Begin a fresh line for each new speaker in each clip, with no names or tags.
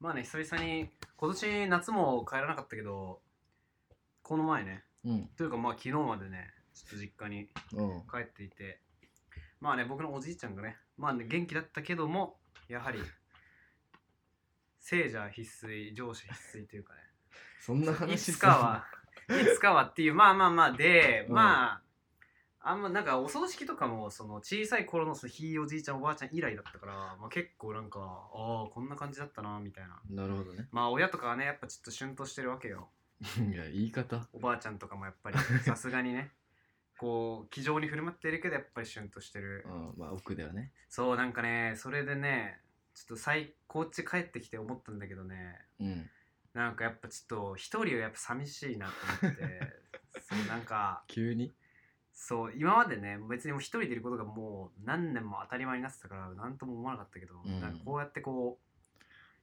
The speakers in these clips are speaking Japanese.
まあね、久々に、今年夏も帰らなかったけど、この前ね、
うん。
というかまあ昨日までね、ちょっと実家に
うん。
帰っていて、まあね、僕のおじいちゃんがね、まあね、元気だったけども、やはり、聖者必須、上司必須というかね、
そんな話
いつかは、いつかはっていう、まあまあまあで、
うん
まあ、あんまなんかお葬式とかもその小さい頃のそのひいおじいちゃんおばあちゃん以来だったから、まあ、結構なんかああこんな感じだったなみたいな
すんな。なるほどね。
まあ親とかはねやっぱちょっと旬としてるわけよ
いや、言い方。
おばあちゃんとかもやっぱ りさすがにねこう気丈に振る舞ってるけどやっぱり旬としてる
うん。まあ、奥ではね。
そうなんかねそれでねちょっと最こっち帰ってきて思ったんだけどね
うん。
なんかやっぱちょっと一人はやっぱ寂しいなと思って そうなんか
急に。
そう今までね別にもう一人でいることがもう何年も当たり前になってたから何とも思わなかったけど、
うん
なんかこうやってこ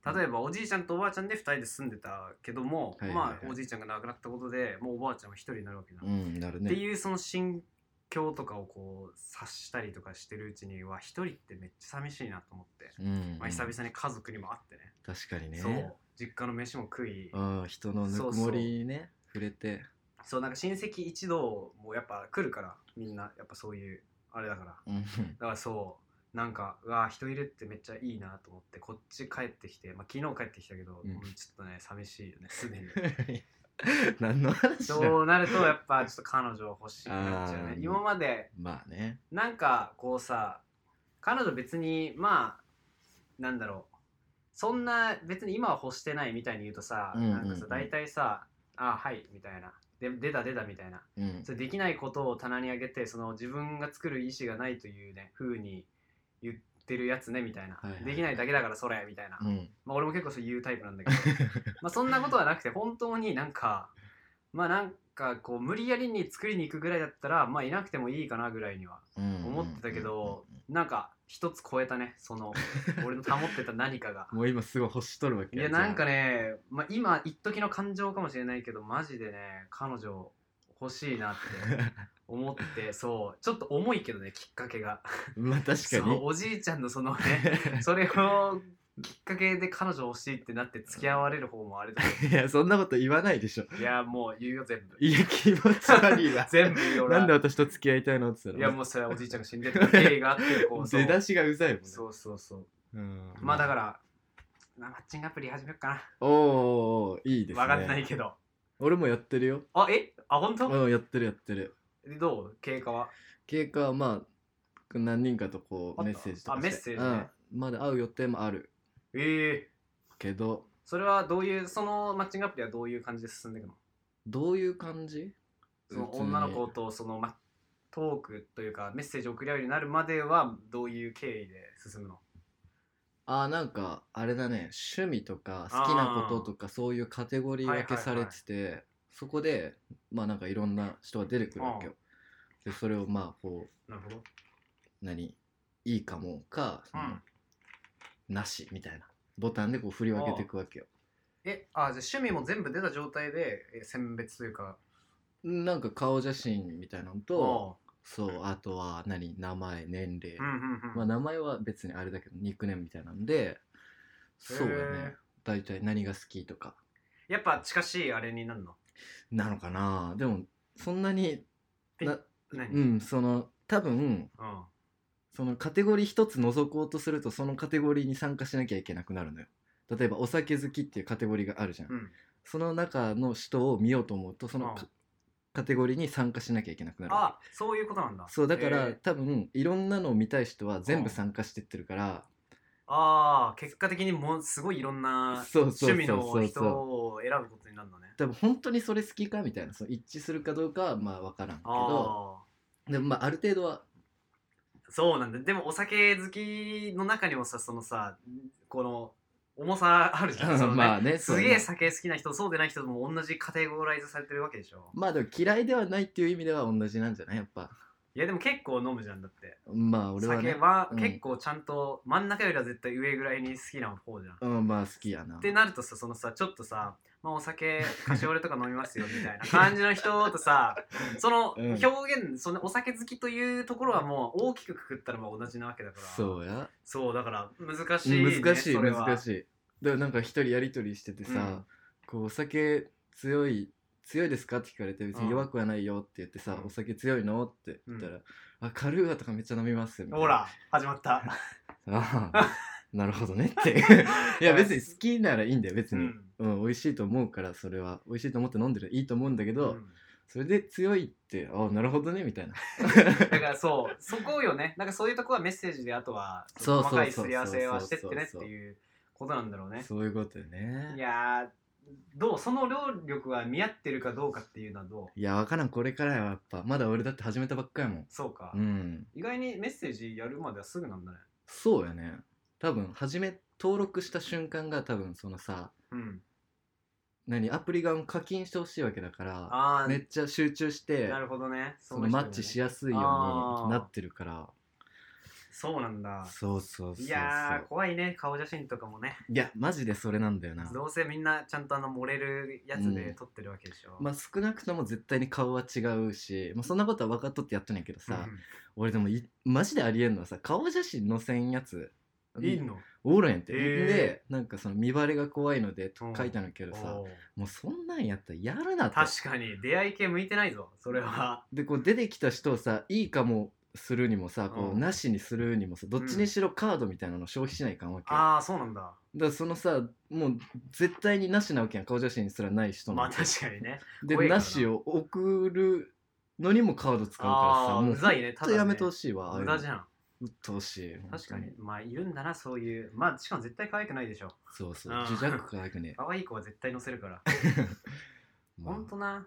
う例えばおじいちゃんとおばあちゃんで2人で住んでたけども、
はいはいはい
まあおじいちゃんが亡くなったことでもうおばあちゃんは一人になるわけじゃん、
う
っ
ん、なるね。
ていうその心境とかをこう察したりとかしてるうちには一人ってめっちゃ寂しいなと思って、
うん。
まあ、久々に家族にも会ってね、
確かにね。
そう実家の飯も食い、
ああ、人のぬくもりにね、触れて。
そうなんか親戚一同もうやっぱ来るからみんなやっぱそういうあれだから
うん。
だからそうなんかうわ人いるってめっちゃいいなと思ってこっち帰ってきて、まあ、昨日帰ってきたけど、
うん
もうちょっとね寂しいよねす でに
何の話だよ
そうなるとやっぱちょっと彼女欲しいなっちゃう
あ
ね
ー
今まで
まあね。
なんかこうさ彼女別にまあなんだろうそんな別に今は欲してないみたいに言うとさ、
うんうんうん
なんかさ大体さ「あはい」みたいな「で出た出た」みたいな
うん。
それできないことを棚に上げてその自分が作る意思がないというね風に言ってるやつねみたいな、
はいはいはい
できないだけだからそれみたいな、
うん。
まあ、俺も結構そう言うタイプなんだけど まあそんなことはなくて本当になんかまあなんかこう無理やりに作りに行くぐらいだったらまあいなくてもいいかなぐらいには思
思
ってたけど、なんか一つ超えたねその俺の保ってた何かが。
もう今すごい欲しとるわけ
いやなんかね、まあ、今一時の感情かもしれないけどマジでね彼女欲しい なって思ってそうちょっと重いけどねきっかけが
まあ確か
そう
に
おじいちゃんのそのねそれをきっかけで彼女欲しいってなって付き合われる方もあれだけ
いやそんなこと言わないでしょ
どいやもう言うよ全部
いや気持ち悪いわ
全部言うよ俺
なんで私と付き合いたいのって言っ
い
たら
やもうそれはおじいちゃんが死んでた経緯があってこうそう
出だしがうざいもんね
そうそうそう
うん
まあだから、まあマッチングアプリ始めようかな
おーおーおーいいですね
分かんないけど
俺もやってるよ
あえあ本当、
うんやってるやってる
でどう経過は
経過はまあ何人かとこ
あ
うメッセージとかして
あメッセージね
うん、まだ会う予定もある
ええ
けど
それはどういうそのマッチングアプリはどういう感じで進んでいくの
どういう感じ
その女の子とその、ま、トークというかメッセージを送り合うようになるまではどういう経緯で進むの
あーなんかあれだね趣味とか好きなこととかそういうカテゴリー分けされてて、そこでまあなんかいろんな人が出てくるわけよ。でそれをまあこう
なるほど。
何いいかもか、その
うん
なしみたいなボタンでこう振り分けていくわけよ。
え、あ、じゃあ趣味も全部出た状態でえ選別というか。
なんか顔写真みたいなのと
お
そうあとは何名前年齢、
ううんうんうん。
まあ、名前は別にあれだけどニックネームみたいなんでそうだね
へ
大体何が好きとか
やっぱ近しいあれになるの
なのかなでもそんなにな
何
う
うん。
んその多分そのカテゴリー一つ除こうとするとそのカテゴリーに参加しなきゃいけなくなるのよ例えばお酒好きっていうカテゴリーがあるじゃん、
うん。
その中の人を見ようと思うとそのか、
うん
カテゴリーに参加しなきゃいけなくなる
あ、そういうことなんだ。
そうだから、
えー
多分いろんなのを見たい人は
う
全
ん
部参加してってるから、
ああ、結果的にもうすごいいろんな
そうそう
趣
そう
味
そ
の
う
人を選ぶことになるのね。
多分本当にそれ好きかみたいなその一致するかどうかはまあ分からんけど
ああ。
でもまあある程度は
そうなんだでもお酒好きの中にもさそのさこの重さあるじゃんその、ね
まあね
す
そう
げ
ね
え酒好きな人そうでない人とも同じカテゴライズされてるわけでしょ
まあでも嫌いではないっていう意味では同じなんじゃないやっぱ
いやでも結構飲むじゃんだって
まあ俺はね
酒は
うん
結構ちゃんと真ん中よりは絶対上ぐらいに好きな方じゃん、
うんまあ好きやな
ってなるとさそのさちょっとさまあ、お酒カシオレとか飲みますよみたいな感じの人と さその
うん
表現、そのお酒好きというところはもう大きくくくったらまあ同じなわけだから
そうや
そうだから難しい、ね、
難しい
それは
難しいでもなんか一人やり取りしててさ、
うん
こうお酒強い強いですかって聞かれて別
うん
に弱くはないよって言ってさ、
うん
お酒強いのって言ったら、あカルーアとかめっちゃ飲みますみたいな
ほら始まった
ああなるほどねっていや別に好きならいいんだよ別
う
に、
ん
うん美味しいと思うからそれは美味しいと思って飲んでるいいと思うんだけど、
うん
それで強いってあなるほどねみたいな
だからそうそこよねなんかそういうとこはメッセージであとは
そうそう
細かいすり合わせは
そう
して
そう
っ
そ
て
う
ねっていうことなんだろうね
そういうことよ
い
ね
やーどうその労力は見合ってるかどうかっていうのはどう
いやわからんこれからはやっぱまだ俺だって始めたばっかやもん
そうか、
うん
意外にメッセージやるまではすぐなんだね
そうやね多分初め登録した瞬間が多分そのさ
うん
何アプリ側も課金してほしいわけだから
ああ、
めっちゃ集中して
なるほどね
そのマッチしやすいよう
あー
になってるから
そうなんだ
そうそうそうそう
い
い
やー怖いね顔写真とかもね
いやマジでそれなんだよな
どうせみんなちゃんとあの盛れるやつで
うん
撮ってるわけでしょ、
まあ少なくとも絶対に顔は違うし、まあ、そんなことは分かっとってやっとんやけどさ、俺でもいマジでありえんのはさ顔写真載せんやつ
うんいいの
おるんやって、
へー
でなんかその見バレが怖いのでと
うん
書いたんだけどさ、
おー
もうそんなんやったらやるなって
確かに出会い系向いてないぞそれは
でこう出てきた人をさいいかもするにもさこ
う
うんなしにするにもさどっちにしろカードみたいなの消費しないかんわけ、だか
ああそうなんだ
らそのさもう絶対になしなわけやん顔写真すらない人
ま
の
あ確かにね
で
怖いから
な
な
しを送るのにもカード使うから
あ
さ
あ
も
う
う
ざいねた
ほんと
だ
や
ね
めてほしいわああい
無
うの
駄じゃん
うっとうしい
確かにまあいるんだなそういうまあしかも絶対可愛くないでしょ
そうそう
うん
呪弱可愛 くね
可愛い子は絶対載せるから
まあ
ほんとな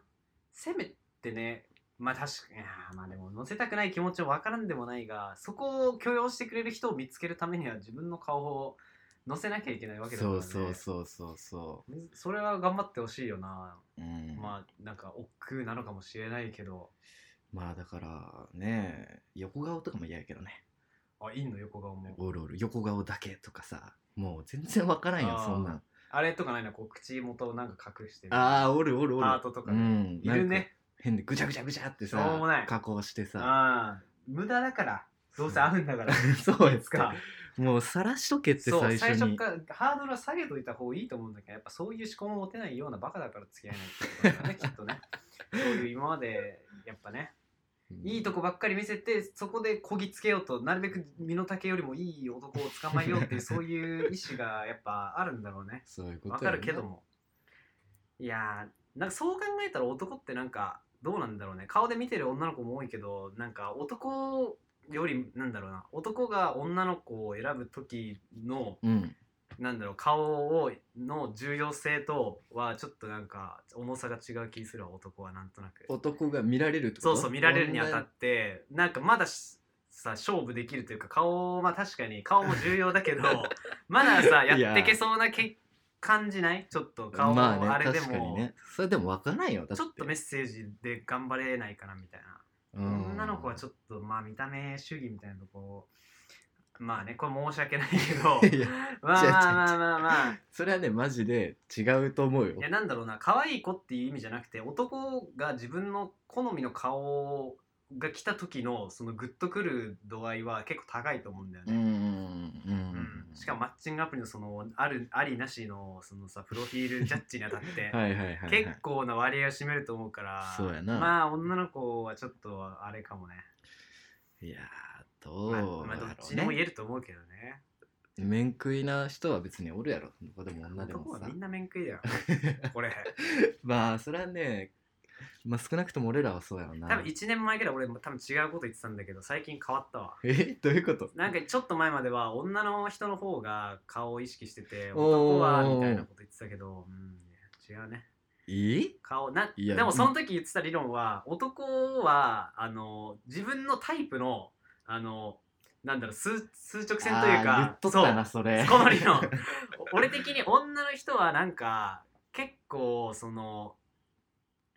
せめてねまあ確かにいやーまあでも載せたくない気持ちもわからんでもないがそこを許容してくれる人を見つけるためには自分の顔を載せなきゃいけないわけだから、
そ
ね、
うそうそうそうそ
むそれは頑張ってほしいよな、
ううんまあ
まあなんか億劫なのかもしれないけど
だからね横顔とかも嫌やけどね
あいいの横顔も
おるおる横顔だけとかさもう全然わからんや
あー
んそんなん
あれとかないのこう口元をなんか隠してる
ああおるおるおる
ハートとか
う
ね
ん
いる
なんか
ね
変でぐちゃぐちゃぐちゃって
しょうもな
さ
い
加工してさ
ああ無駄だからどうせ会うんだから
そうで
い
す
つ
か
か
もうさらしとけって
そう
最
最
初
初
に
からハードルは下げといた方がいいと思うんだけどやっぱそういう思考も持てないようなバカだから付き合えないってことだ よねきっとねそういう今までやっぱねいいとこばっかり見せてそこでこぎつけようとなるべく身の丈よりもいい男を捕まえようっていうそういう意志がやっぱあるんだろうね
そういうこと
わかるけどもいやーなんかそう考えたら男ってなんかどうなんだろうね顔で見てる女の子も多いけどなんか男よりなんだろうな男が女の子を選ぶ時の
うん
なんだろう顔をの重要性とはちょっとなんか重さが違う気するわ男はなんとなく
男が見られるってこ
そ
と
うそう見られるにあたってなんかまだしさ勝負できるというか顔まあ確かに顔も重要だ けどまださ
いや
やってけそうなけ感じないちょっと顔
まあね
もあれで
確かに
も、
ねそれでもわからないよだて
ちょっとメッセージで頑張れないかなみたいな
うん
女の子はちょっとまあ見た目主義みたいなとこまあねこれ申し訳ないけど
いや
まあまあまあまあまあ
それはねマジで違うと思うよ
いやなんだろうな可愛い子っていう意味じゃなくて男が自分の好みの顔が来た時のそのグッとくる度合いは結構高いと思うんだよ
う
ね、
んう
うん
ん
しかもマッチングアプリのそのあるありなしのそのさプロフィールジャッジにあたって、
はいはいはい、はい、
結構な割合を占めると思うから
そうやな
まあ女の子はちょっとあれかもね
いやーどう
ま
だ
あ、ま
ろうね、
あどっちでも言えると思うけどね
面食いな人は別におるやろ男でも女で
男
も
は
さ
みんな面食いだよこれ
まあそれはねまあ少なくとも俺らはそうやろな
多分1年前ぐらい俺も多分違うこと言ってたんだけど最近変わったわ
え どういうこと
なんかちょっと前までは女の人の方が顔を意識してて
おー
男はみたいなこと言ってたけど、うん、違うね
え
顔ない
や
でもその時言ってた理論は男はあの自分のタイプのあのなんだろう数数直線という
あー言
か
っとったなそれ
そうこの理 論お俺的に女の人はなんか結構その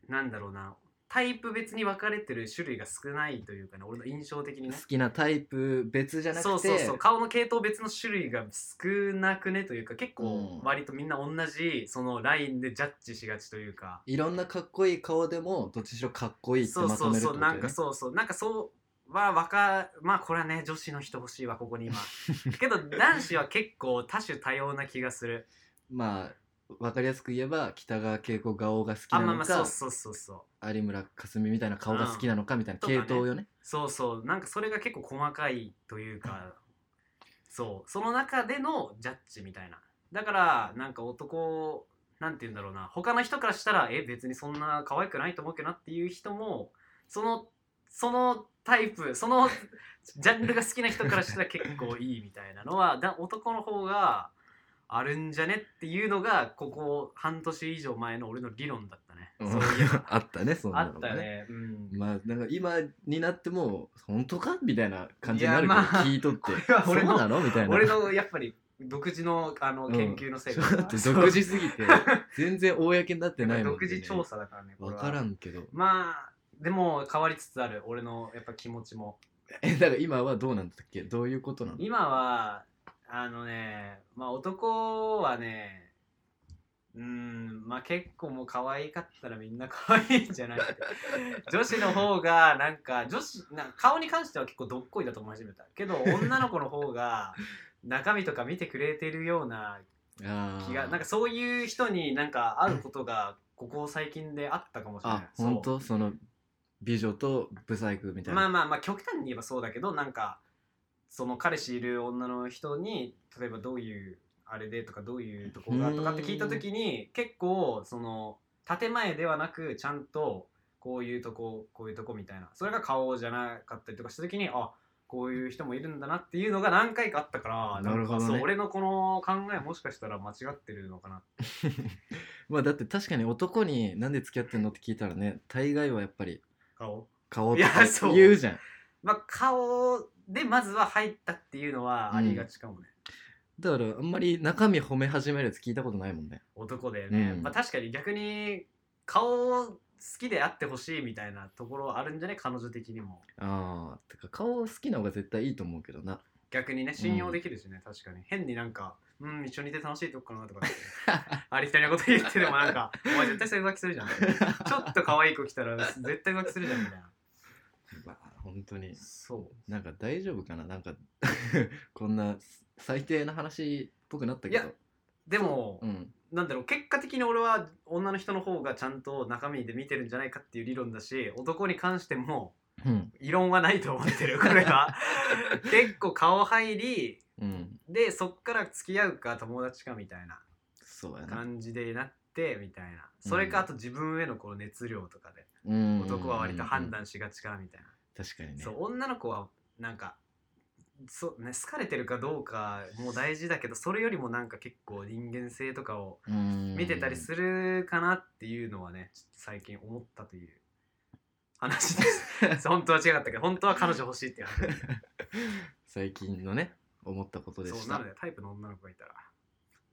なんだろうなタイプ別に分かれてる種類が少ないというかね俺の印象的に
好
ね
きなタイプ別じゃなくて
そうそうそう顔の系統別の種類が少なくねというか結
うん
構割とみんな同じそのラインでジャッジしがちというか、
いろんなかっこいい顔でもどっちにしろかっこいいって
そう
まと
そう
めるって
そ
こ
う
と
な
だ
ん
よ
か
ね
そうそうなんかそうはわかまあこれはね女子の人欲しいわここに今けど男子は結構多種多様な気がする
まあ分かりやすく言えば北川景子顔が好き
あ
な
まあま
の
あそ
か
うそうそうそう
有村架純みたいな顔が好きなのかみたいな
うんとか
系
ね
統よね
そうそうなんかそれが結構細かいというかそうその中でのジャッジみたいなだからなんか男なんて言うんだろうな他の人からしたらえ別にそんな可愛くないと思うけどなっていう人もそのそのタイプそ のジャンルが好きな人からしたら結構いいみたいなのはだ男の方があるんじゃねっていうのがここ半年以上前の俺の理論だったね。
うん
そういえば
あったねそ ん
あ
な
っ
のが
た
ね
ね。うん
まあなんか今になっても本当かみたいな感じになる
い
け
や
ど
まあ
聞いとって
これは俺の
そうなのみたいな
俺のやっぱり独自のあの
うん
研究の成
ち
果
ょ
だ
っと独自すぎて全然公になってないもん
独自調査だからねこれ
分
は
からんけど
まあでも変わりつつある俺のやっぱ気持ちも
えだから今はどうなんだっけどういうことなの
今はあのねまあ男はねうんまあ結構もう可愛かったらみんな可愛いんじゃない 女子の方がなんか女子なんか顔に関しては結構どっこいだと思い始めたけど女の子の方が中身とか見てくれてるような
あー
気がなんかそういう人になんか会うことがここ最近であったかもしれない
あ
そう
本当その美女とブサイクみたいな、
まあまあまあ極端に言えばそうだけどなんかその彼氏いる女の人に例えばどういうあれでとかどういうとこがとかって聞いた時に結構その建前ではなくちゃんとこういうとここういうとこみたいなそれが顔じゃなかったりとかした時にあこういう人もいるんだなっていうのが何回かあったから
なるほどね
んかそう俺のこの考えもしかしたら間違ってるのかな
まあだって確かに男になんで付き合ってんのって聞いたらね大概はやっぱり
顔
顔
い
と
や
か
そう
言うじゃん
まあ、顔でまずは入ったっていうのはありがちかもね、
だからあんまり中身褒め始めるやつ聞いたことないもんね
男でね、
うん
まあ、確かに逆に顔好きであってほしいみたいなところあるんじゃね彼女的にも
ああてか顔好きな方が絶対いいと思うけど な
逆にね信用できるしね、確かに変になんかうん一緒にいて楽しいとこかなとかってありきたりなこと言ってでもなん かお前絶対それ浮気するじゃんちょっと可愛い子来たら絶対浮気するじゃんみたいな
まあ本当に
そう
なんか大丈夫かななんか こんな最低な話っぽくなったけど
いやでも、
うん
なんだろう結果的に俺は女の人の方がちゃんと中身で見てるんじゃないかっていう理論だし男に関しても
うん
異論はないと思ってるこれ は結構顔入り
うん
でそっから付き合うか友達かみたいな
そうやな
感じでなってみたいなそれかあ
う
と自分へのこの熱量とかで
うん
男は割と判断しがちかなみたいな
確かにね
そう女の子はなんかそうね、好かれてるかどうかも大事だけどそれよりもなんか結構人間性とかを見
見
てたりするかなっていうのはねちょっと最近思ったという話です 本当は違かったけど本当は彼女欲しいっていう話
最近のね思ったことで
そう
し
な
た
のでタイプの女の子がいたら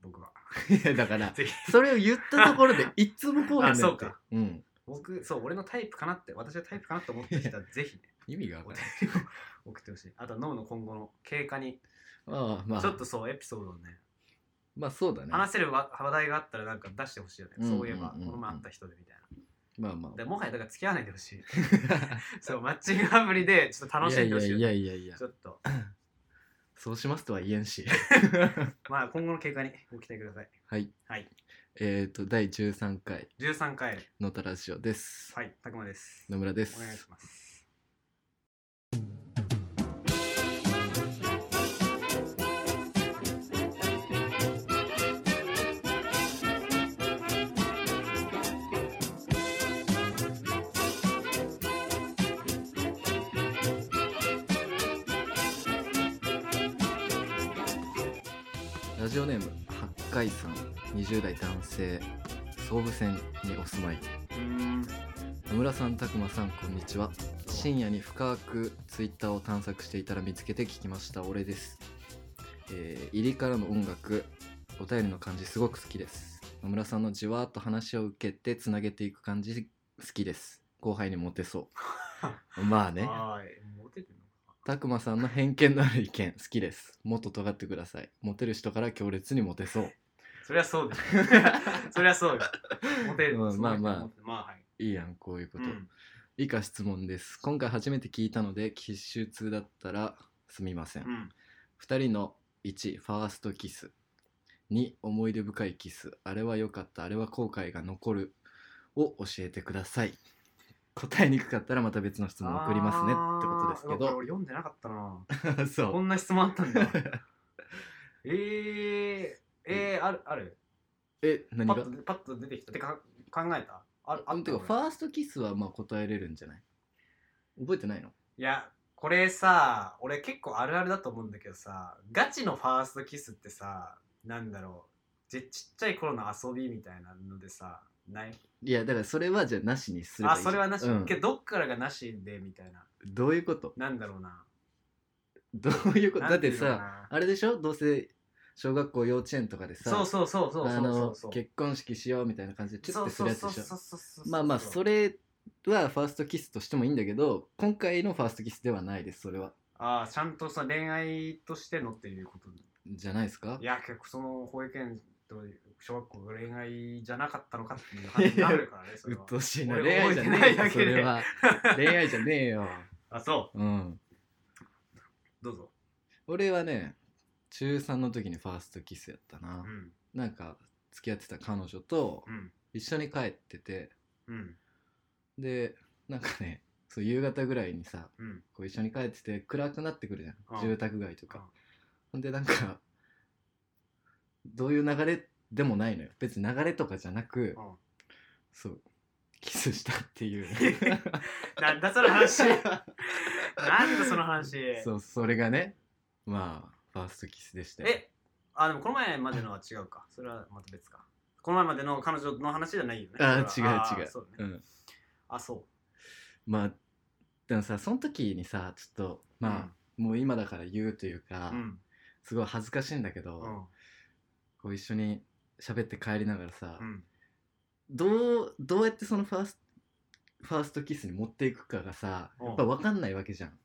僕は
いやだから
ぜひ
それを言ったと ころでいつもこうなんだよって
あそうか
うん
僕そう俺のタイプかなって私はタイプかなって思って きたらぜひね
意味が
お
分か
便
らない
りを送ってほしいあとは脳の今後の経過に
ああまあ
ちょっとそうエピソードをね
まあそうだね
話せるわ話題があったらなんか出してほしいよね
うんうんうん
そ
うん
ういえばこの前会った人でみたい
まあま
な
あ
でもはやだから付き合わないでほし いそうマッチングアプリでちょっと楽しんでほしいよ
い
ね
やいやいやいや
ちょっと
そうしますとは言えんし
まあ今後の経過にご期待くださ い。
はい
はい。
えっと第13回
13回、
のたラジオです
はい、たくまです。
野村で
お願いし
す
ます。
ラジオネーム八海さん20代男性総武線にお住まいう
ーん。
野村さん拓磨さんこんにちは深夜に深くツイッターを探索していたら見つけて聞きました俺です、えー入りからの音楽お便りの感じすごく好きです野村さんのじわーっと話を受けてつなげていく感じ好きです後輩にモテそ うまあね
はーい。モテてんのか
拓磨さんの偏見のある意見好きですもっと尖ってくださいモテる人から強烈にモテそう
そりゃそうでし ょ。そりゃそうよ。モテる。
うんまあまあ
モテまあはい。
いいやんこういうこ
う
と、
ん。
以下質問です今回初めて聞いたので奇襲通だったらすみません
うん。
2人の1ファーストキス2思い出深いキスあれは良かったあれは後悔が残るを教えてください答えにくかったらまた別の質問送りますねってことですけ
あーうわこ
ど
れ俺読んでなかったなこ
そうん
な質問あった んだえー、えー、あるある
え何
パ
が
ッとパッと出てきたてか考えたあるあ
あ
った
てかフ
俺
ァーストキスはまあ答えれるんじゃない覚えてないの
いやこれさ俺結構あるあるだと思うんだけどさガチのファーストキスってさなんだろうちちっちゃい頃の遊びみたいなのでさない
いやだからそれはじゃあなしにすればい
あ
いじゃん
それはなし、
うん
けどどっからがなしでみたいな
どういうこと
なんだろうな
どういうことだ
な
っ
んい
て
うのか
さあれでしょどうせ小学校幼稚園とかでさ
なそうそうそうそう
あ
そうそ
の
うそう
結婚式しようみたいな感じでチュッてするやつでしょ
そうそうそうそう
まあまあそれはファーストキスとしてもいいんだけど今回のファーストキスではないですそれは
ああちゃんとさ恋愛としてのっていうこと
じゃないですか
いや結構その保育園と小学校が恋愛じゃなかったのかっていう話になるからねそれ
うっ
は
とうしいな恋
俺覚え
愛じ
てないだ
ゃねえよそ
けで
れは恋愛じゃねえよ
あそ
うん
うどうぞ
俺はね中3の時にファーストキスやったな、
うん
なんか付き合ってた彼女と
うん
一緒に帰ってて
うん
でなんかねそう夕方ぐらいにさ
うん
こう一緒に帰ってて暗くなってくるじゃ
うんん
住宅街と
うん
かほんでなんかどういう流れでもないのよ別に流れとかじゃなく
うん
そうキスしたっ ていう
なんだその話なんだその話
そうそれがねまあファーストキスでしたよ
えあでもこの前までのは違うかそれはまた別かこの前までの彼女の話じゃないよね
あ
それは
ー違う違
あーそうね
うん
あそ
まあでもさその時にさちょっと
う
まあ、もう今だから言うという
あ
か、
うん
すごい恥ずかしいんだけど、
うん
こう一緒に喋って帰りながらさ、
うん
どうどうやってそのファーストファーストキスに持っていくかがさ
うん
やっぱ分かんないわけじゃん、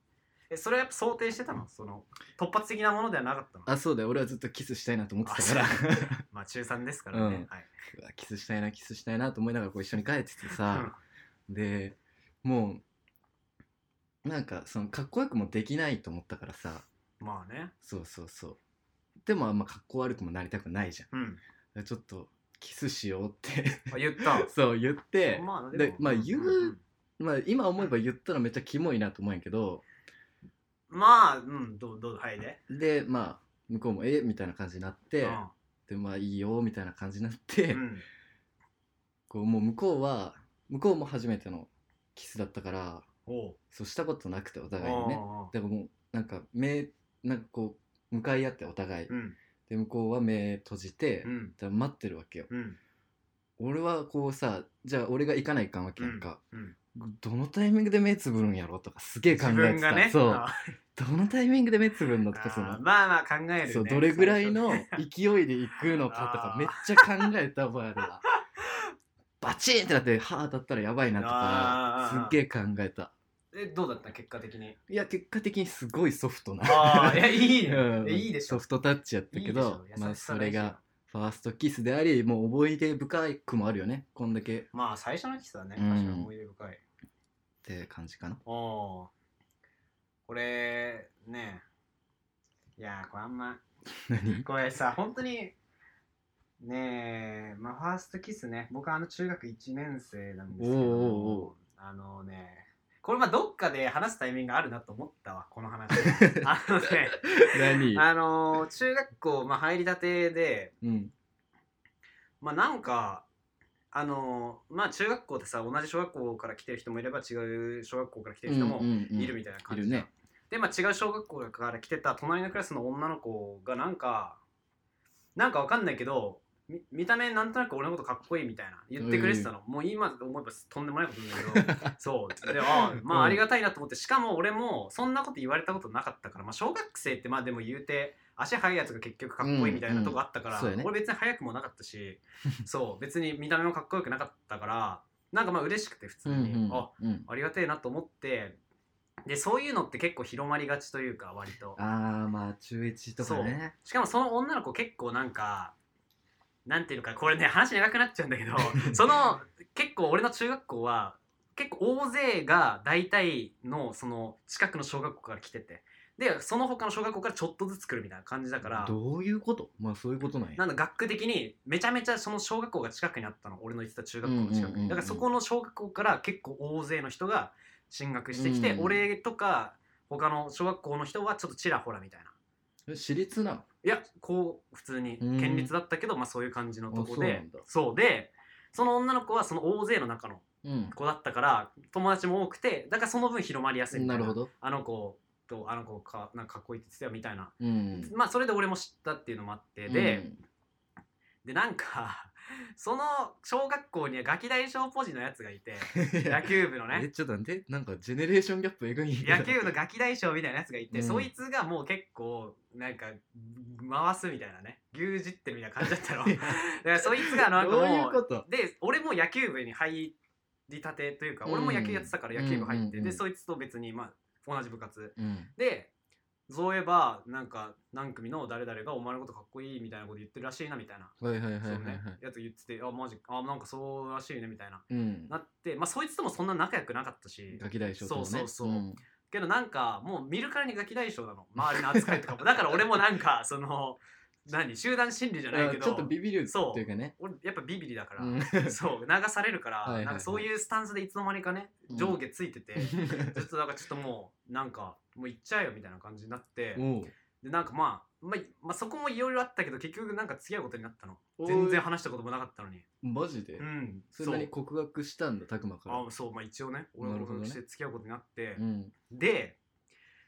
えそれはやっぱ想定してたのその突発的なものではなかったの
あそうだよ俺はずっとキスしたいなと思って たから
あ
う
まあ中3ですからね、
うん
はい、
わキスしたいなキスしたいなと思いながらこう一緒に帰っててさでもうなんかそのかっこよくもできないと思ったからさ
うんまあね
そうそうそうでもあんまかっこ悪くもなりたくないじゃん
うん
だからちょっとキスしようって
あ言った
そう言って
まあ
でまあ言う
うん
まあ今思えば言ったらめっちゃキモいなと思うんやけど
まあうんどうどうはいで、
でまあ向こうも「えみたいな感じになって、でまあいいよみたいな感じになって、
うん、うん
こうもう向こうは向こうも初めてのキスだったから
おう
そうしたことなくてお
おう
互いにね
おうおう
だからもうなんか目なんかこう向かい合ってお互い、
うん
で向こうは目閉じて、
う
だか
ん
ら待ってるわけよ
うん
俺はこうさじゃあ俺が行かないかんわけやんか、
うん
どのタイミングで目つぶるんやろとかすげえ考
自
え
分
て
が
た、
ね
そう
あ
どのタイミングで目つぶるのとかその
あまあまあ考えるね
そうどれぐらいの
最初
勢いで行くのかとか
あー
めっちゃ考えた覚えあるわバチーンってなって歯当たったらやばいなと
あ
か
ー
すっげえ考えた
えどうだった結果的 に
いや結果的にすごいソフトな
ああいやいいね、
うん
えいいでしょ
ソフトタッチやった
いい
け
でし
ど
ょ
ま
優
あ、
しさ大
それ
事なの
がファーストキスでありもう思い出深くもあるよねこんだけっ
まあ最初のキスはね
うん
確かに思い出深い、
て感じかな
おーこれねいやーこれあんま
何
これさ本当にねえまあファーストキスね僕はあの中学1年生なんですけど
おうおうおう
あのねこれまあどっかで話すタイミングがあるなと思ったわこの 話あのね
何
あの中学校、まあ、入りたてで
うん
まあなんかあのまあ中学校ってさ同じ小学校から来てる人もいれば違う小学校から来てる人もいるみたいな感じ
い
で、
るね
で、まあ、違う小学校から来てた隣のクラスの女の子がなんかなんかわかんないけどみ見た目なんとなく俺のことかっこいいみたいな言ってくれてたの、もう今思えばとんでもないことなんだけ どそうであま
うん
あありがたいなと思ってしかも俺もそんなこと言われたことなかったから、まあ、小学生ってまあでも言うて足速いやつが結局かっこいいみたいなとこあったから、
うんうんそうやね
俺別に速くもなかったしそう別に見た目もかっこよくなかったからなんかまあ嬉しくて普通
うん
に、
うん
あ
うん
ありがてえなと思ってでそういうのって結構広まりがちというか割と
ああまあ中1とかね
しかもその女の子結構なんかなんていうのかこれね話長くなっちゃうんだけどその結構俺の中学校は結構大勢が大体のその近くの小学校から来ててでその他の小学校からちょっとずつ来るみたいな感じだから
どういうことまあそういうことなんや
なんだ学区的にめちゃめちゃその小学校が近くにあったの俺の行ってた中学校の近くに、
うんうんうんうん
だからそこの小学校から結構大勢の人が進学してきて、
うん
俺とか他の小学校の人はちょっとちらほらみたいな
え私立なの
いやこう普通に
うん
県立だったけど、まあそういう感じのとこ
あそうな
で
んだ
そうでその女の子はその大勢の中の
うん
子だったから友達も多くてだからその分広まりやすいみた
ない
な
るほど
あの子とあの子かなんかかっこいいって言ってたよみたいな、
うん
まあそれで俺も知ったっていうのもあってで、 でなんか その小学校にはガキ大将ポジのやつが いて
うん
野球部の
え
ね
ちょっと待ってなんかジェネレーションギャップえぐいんや
野球部のガキ大将みたいなやつがいて、
うん
そいつがもう結構なんか回すみたいなね牛耳ってるみたいな感じだった のだからそいつがなんか
どうい
も
う
う
こと
で俺も野球部に入りたてというか、俺も野球やってたから野球部入って、
うんうんうん
でそいつと別に、まあ、同じ部活
うん
でそういえばなんか何組の誰々がお前のことかっこいいみたいなこと言ってるらしいなみたいな、
はいはいはいはい
そ
は
うね
い
やつ言っててあマジあなんかそうらしいねみたいな
うん
なってまあそいつともそんな仲良くなかったし
ガキ大将ともね
そうそうそうんけどなんかもう見るからにガキ大将なの周りの扱いとかもだから俺もなんかその何集団心理じゃないけど
ちょっとビビる
そう
っていうかね
俺やっぱビビリだから、
うん
そう流されるから
はいはいはい
なんかそういうスタンスでいつの間にかね
うん
上下ついてて、ずっとなんかちょっともうなんかもう行っちゃえよみたいな感じになって、
おう
でなんかまあ、まあ、まあそこもいろいろあったけど結局なんか付き合うことになったの
おい
全然話したこともなかったのに
マジで
うん
そんなに
う
告白したんだ拓磨から
あそうまあ一応ね俺
な
の
る
こ
ほど
と
ね
して付き合うことになって、
うん
で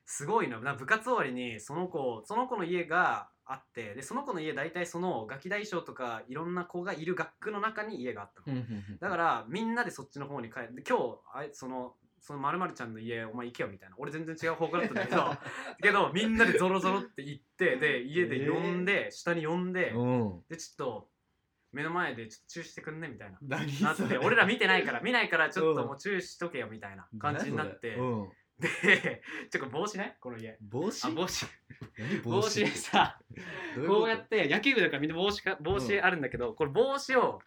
すごいのな部活終わりにその子その子の家があってでその子の家大体そのガキ大将とかいろんな子がいる学区の中に家があったの、だかららみんなでそっちの方に帰って今日あいそのそのまるちゃんの家お前行けよみたいな俺全然違う方向だったんだけど けどみんなでゾロゾロって行ってで家で呼んで、下に呼んで
うん
でちょっと目の前でちょっとチューしてくんねみたいな
何
なって俺ら見てないから見ないからちょっと
うん
もうチューしとけよみたいな感じになって
うん
でちょっと帽子ねこの家
帽子
あ帽子
何
帽子さ
どい
こうやって野球部だからみんな帽子か帽子あるんだけど、これ帽子を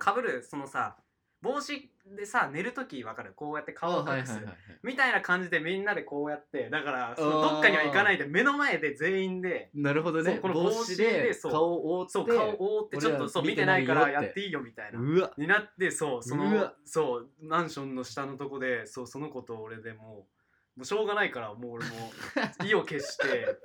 かぶるそのさ帽子でさ寝る時わかるこうやって
あ
顔を
はい
隠
はい
す、
はいはい
みたいな感じでみんなでこうやってだからそのどっかには行かないで目の前で全員で
なるほど
そ
ね
うこの帽
帽
子
子
で
で
そう
顔を覆って
そう顔を覆ってちょっ
俺
と
ら
そう見
見
て
て
な
ないい
か
よ
ら
って
やっていいよみたいな。
うわ
になってそうそうの
わ
そうマンションの下のとこでそうその子と俺でもうもうしょうがないからもう俺も意を決して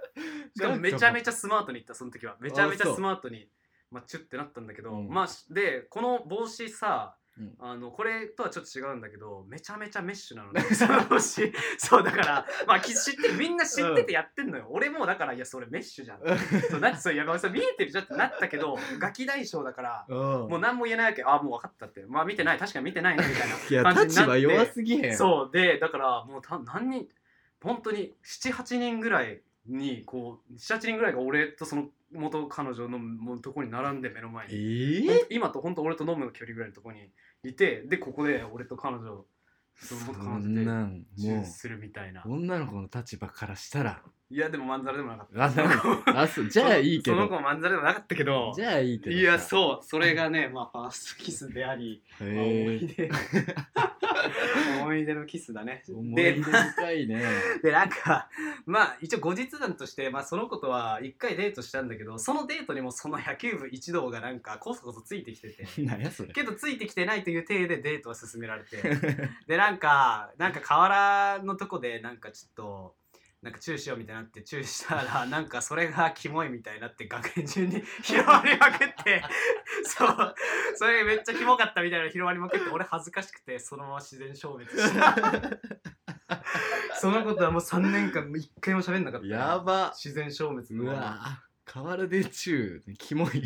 しかもめちゃめ
ち
ちゃスマートにいったその時はめちゃめちゃ
そう
スマートにまあ、チュッてなったんだけど、
うん
まあしでこの帽子さ、
うん
あのこれとはちょっと違うんだけどめちゃめちゃメッシュな のねその帽子そうだからまあき知ってみんな知っててやってんのよ、俺もだからいやそれメッシュじゃんそうなってそういやまあそれ見えてるじゃんってなったけどガキ大将だからもう
も
何も言えないわけあもう分かったってまあ見てない確かに見てないねみ たいな
いや
感じにな
立
って
場弱すぎへん
そうでだからもうた何人本当に78人ぐらいにこう78人ぐらいが俺とその元彼女のもうとこに並んで目の前
え
に、ほん
ー
と今と本当俺と飲むの距離ぐらいのとこにいてでここで俺と彼女その元彼
そん
女で
なん
チュ
も
ー
う
するみたいな
女の子の立場からしたら
いやでもまんざらでもなかった
あなんあそうじゃあいいけ
その子も
ど
まんざらでもなかったけど
じゃあいいけど
いやそうそれがねまあファーストキスであり
う
まあ思い
へえ
出 思い出のキスだね
思い出
で
深 いね
でなんかまあ一応後日談として、まあ、その子とは1回デートしたんだけどそのデートにもその野球部一同がなんかこそこそついてきてて
何やそ れ
けどついてきてないという体でデートは進められてでなんかなんか河原のとこでなんかちょっと。なんかチューしようみたいになってチューした らなんかそれがキモいみたいになって学園中に 広まりまくって そうそれめっちゃキモかったみたいなの広まりまくって俺恥ずかしくてそのまま自然消滅 したそのことはもう3年間一回も喋んなかったね
やば
自然消滅
う
の
わ河原で中キモい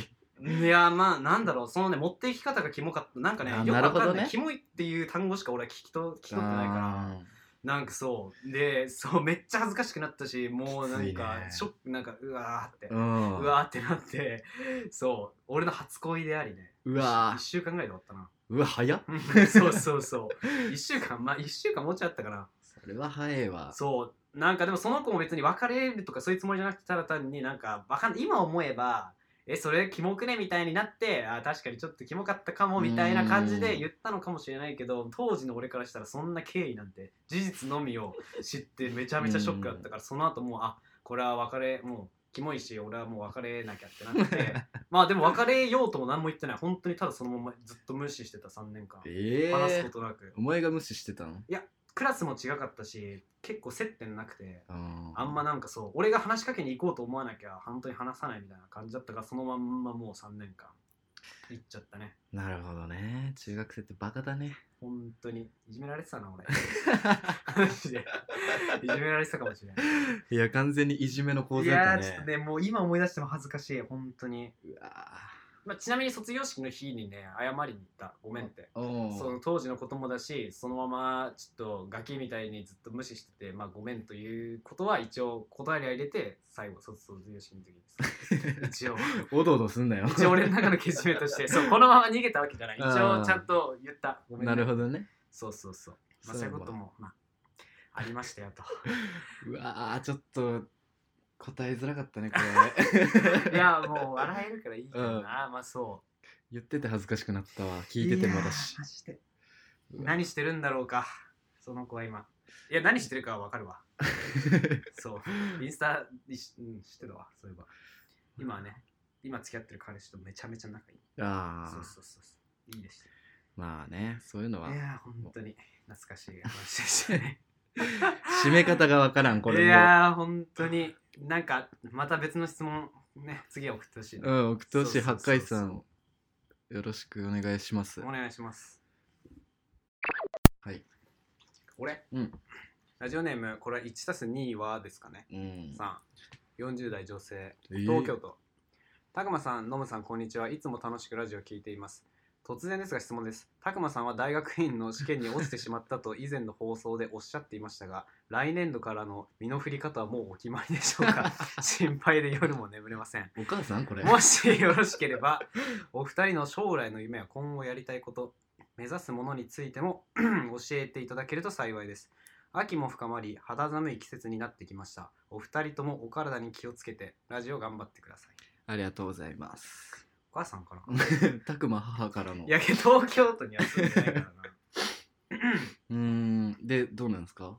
いやまあなんだろうそのね持っていき方がキモかったなんかね
あ
よくわ
なる
か
ほ
ん
ど
ない、
ね
キモいっていう単語しか俺は聞きと聞き取ってないからなんかそうでそうめっちゃ恥ずかしくなったしもうなんか、
きついね
ショックなんかうわーって、
う
うんわーってなってそう俺の初恋でありね
うわ
1週間ぐらいで終わったな
うわ早っ
うんそうそうそう1週間まあ1週間もうちょいあったかな
それは早いわ
そうなんかでもその子も別に別れるとかそういうつもりじゃなくてただ単になんかわかんない今思えばえそれキモくねみたいになってあ確かにちょっとキモかったかもみたいな感じで言ったのかもしれないけど当時の俺からしたらそんな経緯なんて事実のみを知ってめちゃめちゃショックだったからその後もうあこれは別れもうキモいし俺はもう別れなきゃってなって まあでも別れようとも何も言ってない本当にただそのままずっと無視してた3年間
ええ
話すことなく
お前が無視してたの
クラスも違かったし結構接点なくて
あ
あんまなんかそう俺が話しかけに行こうと思わなきゃ本当に話さないみたいな感じだったからそのまんまもう3年間行っちゃったね
なるほどね中学生ってバカだね
本当にいじめられてたな俺マジでいじめられてたかもしれない
いや完全にいじめの構
い
図
や
だ
ー
った
ちょっ
ね
とねもう今思い出しても恥ずかしい本当に、
うわ
まあ、ちなみに卒業式の日にね謝りに行ったごめんって
ーお
その
ー
当時のこともだしそのままちょっとガキみたいにずっと無視してて、まあ、ごめんということは一応断りは入れて最後卒卒業式の時 に一応
おどおどすんなよ
一応俺の中のけじめとして そうこのまま逃げたわけじゃない一
う
応
ん
ちゃんと言ったごめんね、
なるほどね
そうそうそう、まあ、
そう
そうい
だ
うことも、まあ、ありましたよ と
うわーちょっと答えづらかったねこ れ
いやもう笑えるからいいけどな、まあそう
言ってて恥ずかしくなったわ聞いててもだし
いやーマジで
うわ
何してるんだろうかその子は今いや何してるかは分かるわそうインスタいし、うん、知ってたわそういえば今はね今付き合ってる彼氏とめちゃめちゃ仲いい
あ
そう
あ
そうそうそういいでした
まあねそういうのはい
やー本当に懐かしい話でしたね
締め方がわからんこれも
いやー本当になんかまた別の質問ね次は送ってほしいね、
うん奥投
そ
資
うそう
八
そう
海
そう
さんよろしくお願いします
お願いします
はい
俺、
うん
ラジオネームこれは1たす2はですかね、
うん
さん40代女性
えー
東京都。たくまさん、のむさん、こんにちは。いつも楽しくラジオを聞いています。突然ですが質問です。たくまさんは大学院の試験に落ちてしまった と以前の放送でおっしゃっていましたが、来年度からの身の振り方はもうお決まりでしょうか 心配で夜も眠れません。
お母さんこれ
もしよろしければ、お二人の将来の夢や今後やりたいこと、目指すものについても 教えていただけると幸いです。秋も深まり、肌寒い季節になってきました。お二人ともお体に気をつけて、ラジオ頑張ってください。
ありがとうございます
お母さんかな
たくま母からの
いやけど東京都には住んでないからな
うーんでどうなんですか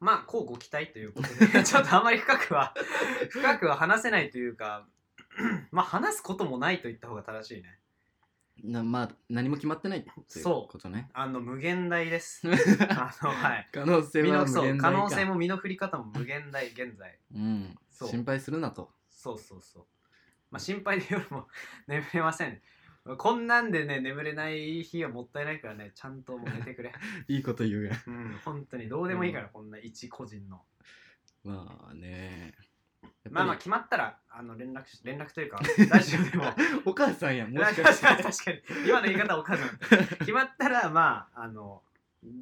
まあこうご期待ということで ちょっとあまり深くは深くは話せないというか まあ話すこともないと言った方が正しいね
なまあ何も決まってないって
そう
ことね
あの無限大ですあのはい
可能性
身
は
の
無
そう
限大
可
か
能性も身の振り方も無限大現在
うん
そう
心配するなと
そうそうそうまあ心配で夜も眠れませんこんなんでね眠れない日はもったいないからねちゃんともう寝てく れ
いいこと言うやん
うん本当にどうでもいいから、こんな一個人の
まあねやっ
まあまあ
ぱ
決まったらあの連絡し連絡という かラジオでも
りお母さんやんもし
確
か
か
して
に確かに今の言い方はおかしい決まったらまああの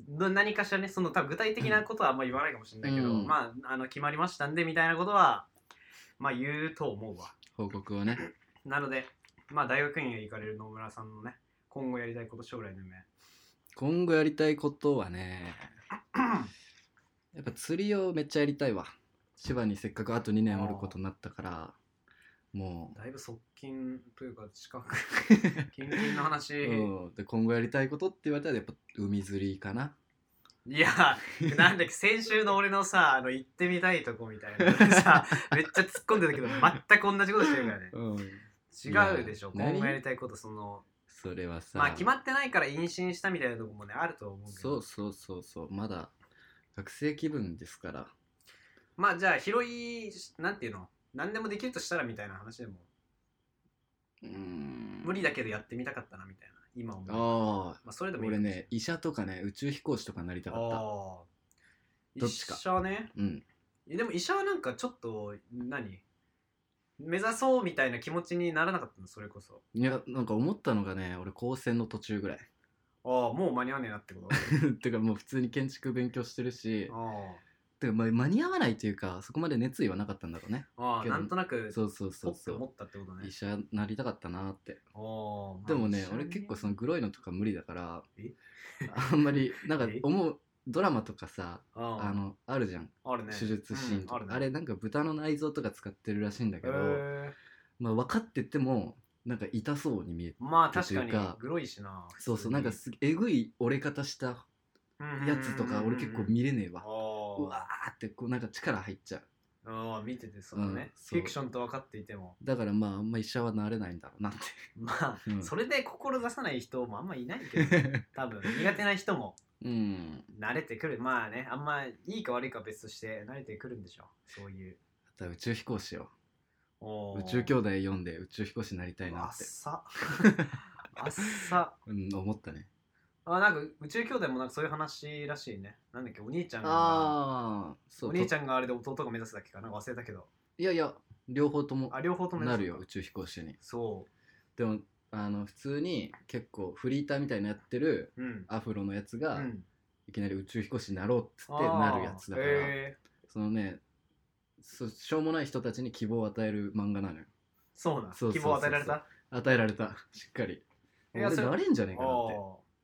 ど何かしらねその多分具体的なことはあんま言わないかもしれないけど、
うん
まああの決まりましたんでみたいなことはまあ言うと思うわ
報告をね
なのでまあ大学院へ行かれる野村さんのね今後やりたいこと将来の夢
今後やりたいことはねやっぱ釣りをめっちゃやりたいわ千葉にせっかくあと2年おることになったからも
だいぶ側近というか近 く近々の話、
う、うん、で今後やりたいことって言われたらやっぱ海釣りかない
やなんだっけ先週の俺のさあの行ってみたいとこみたいなさめっちゃ突っ込んでたけど全く同じことしてるからね
うん
違うでしょ
いや
今後
何
やりたいことその
それはさ
まあ決まってないから妊娠したみたいなとこもねあると思うけ
そ
ど
うそうそうそうまだ学生気分ですから
まあじゃあ広いなんていうの何でもできるとしたらみたいな話でも
うーん
無理だけどやってみたかったなみたいな今思うま
ああ
あそれでもいい
俺ね医者とかね宇宙飛行士とかなりた
あ
かった
あ
ど
医
っちか
者ね
うん
えでも医者はなんかちょっと何目指そうみたいな気持ちにならなかったのそれこそ
いやなんか思ったのがね俺高専の途中ぐらい
ああもう間に合わねえなってこと
てかもう普通に建築勉強してるし
あ
てかまあ間に合わないというかそこまで熱意はなかったんだろうね
あああ
けど
なんとなく
そうそう
ポ
そう
ッて
そ
思
う
ったってことね
医者なりたかったなって
ああ
でもね
まあ
俺
医者
結構そのグロいのとか無理だから
え
あんま りなんか
え
思うドラマとかさ
あ
あのあるじゃん
あるね
手術シーンとか、
うん
あれなんか豚の内臓とか使ってるらしいんだけ
へ
ど、
え
まあ、分かっててもなんか痛そうに見える
まあ確かに
というか
グロいしな
そうそうなんかすえぐい折れ方したやつとか俺結構見れねえわうわーってこうなんか力入っちゃう
あーあー見ててそのね、
うん
フ
そう
ィクションと分かっていても
だからまああんま医者はなれないんだろうなって
まあ、
うん
それで志さない人もあんまいないけどね
う
多分苦手な人も
ん
慣れてくるまあねあんまいいか悪いかは別として慣れてくるんでしょそういう
だから宇宙飛行士よ
おー
宇宙兄弟読んで宇宙飛行士になりたいな
あっ
って、
さ あっさ
うん、思ったね
あなんか宇宙兄弟もなんかそういう話らしいねなんだっけお兄ちゃんが
ああそ
お
う
兄ち
と
ゃんがあれで弟が目指すだっけかなんか忘れたけど
いやいや両方とも
あ両方とも
なるよ宇宙飛行士に
そ
でもあの普通に結構フリーターみたいなやってる
ううん
アフロのやつ
う
が、
ん
いきなり宇宙飛行士になろうっつって
あー
なるやつだから、
へー
そのねそしょうもない人たちに希望を与える漫画なのよ
そうなん
そうそうそうそう
希望与えられた
与えられたしっかり
いや
俺
それ
なれんじゃねえかなっ
ああ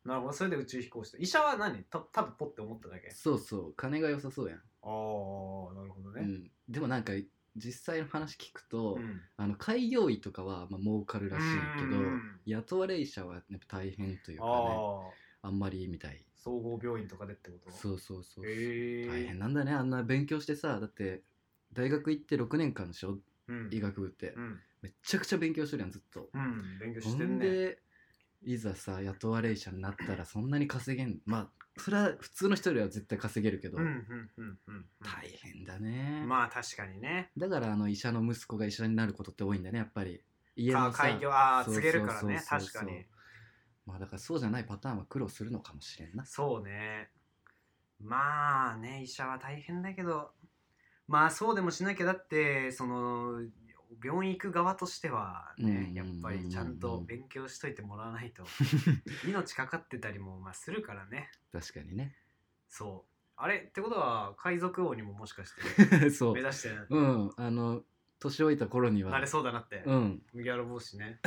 なるほどそれで宇宙飛行士と医者は何た多分ポッて思っただけ
てそうそう金が良さそうやん、
ああなるほど
う
ね、
ん、でもなんか実際の話聞くと、
うん
あの開業医とかはまあ儲かるらしいけど、
うん
雇われ医者はやっぱ大変というかねあ
ああ
んまりいいみたい
総合病院とかでってこと
そうそうそうそう、
へえ
大変なんだねあんな勉強してさだって大学行って6年間でしょ
うん
医学部って、
うん、
めっちゃくちゃ勉強してるやんずっと、
うん、勉強
ほ
してん
ん
ね
でいざさ雇われ医者になったらそんなに稼げんまあそれは普通の人よりは絶対稼げるけど、
うんうんうんうん
大変だね、
うんまあ確かにね
だからあの医者の息子が医者になることって多いんだねやっぱり家
か
の
開業ああ
そうそ
告
う
げるからね
そうそう
確
そう
かに
まあだからそうじゃないパターンは苦労するのかもしれんな
そうねまあね医者は大変だけどまあそうでもしなきゃだってその病院行く側としてはね、
うん
やっぱりちゃん
うん
と
うん
勉強しといてもらわない と命かかってたりもまあするからね
確かにね
そうあれってことは海賊王にももしかして
そう
目指して
うんあの年老いた頃には
なれそうだなって、
うん
麦わら帽子ね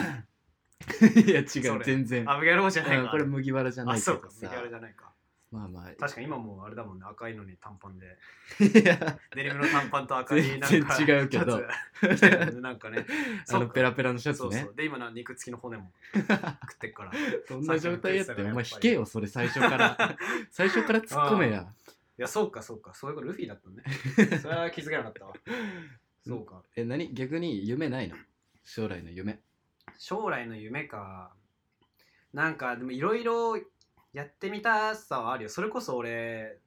いや違
それ
う全然
あ麦わら帽子じゃないか
うんこれ麦わらじゃな
あ
いけ
そう
ど
か麦
さ
わらじゃないか
まあまあ
確かに今もうあれだもんね赤いのに短パンで
いや
デニムの短パンと赤いなんか
全然違うけど
シャツ着てるもんねなんかね
あのペラペラの シ
そう
ャツ
そう
ね
で今な肉付きの骨も食ってっから
そんな状態やっ
最
て
初
お
の
前
ペース
引
だから
けよそれ最初から 最初から突っ込めや
いやそうかそうかそういうことルフィだった ねそれは気づかなかったわそうか
え何逆に夢ないの将来の夢
将来の夢かなんかでもいろいろやってみたさはあるよそれこそ俺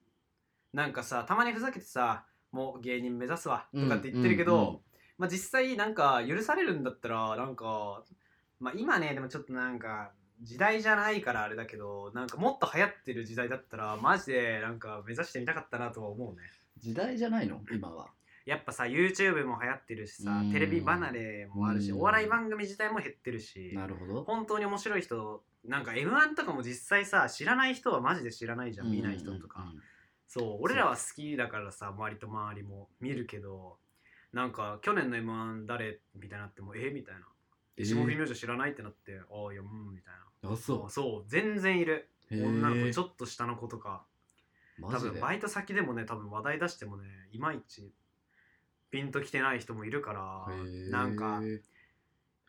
なんかさたまにふざけてさもう芸人目指すわとかって言ってるけど、
うんうんうん
まあ、実際なんか許されるんだったらなんか、まあ、今ねでもちょっとなんか時代じゃないからあれだけどなんかもっと流行ってる時代だったらマジでなんか目指してみたかったなとは思うね
時代じゃないの今は
やっぱさ YouTube も流行ってるしさ
うん
テレビ離れもあるし
うん
お笑い番組自体も減ってるし
なるほど
本当に面白い人なんか m 1とかも実際さ知らない人はマジで知らないじゃん見ない人とか、
うんうんうん
そう俺らは好きだからさ周りと周りも見るけどなんか去年の m 1誰みたいになってもえみたいな
えー
下振明星知らないってなってああいやうんみたいな
あそ
そう全然いる
う
女の
へ
子
ー
ちょっと下の子とか多
マジ
分
で
バイト先でもね多分話題出してもねいまいちピンときてない人もいるから
へー
なんか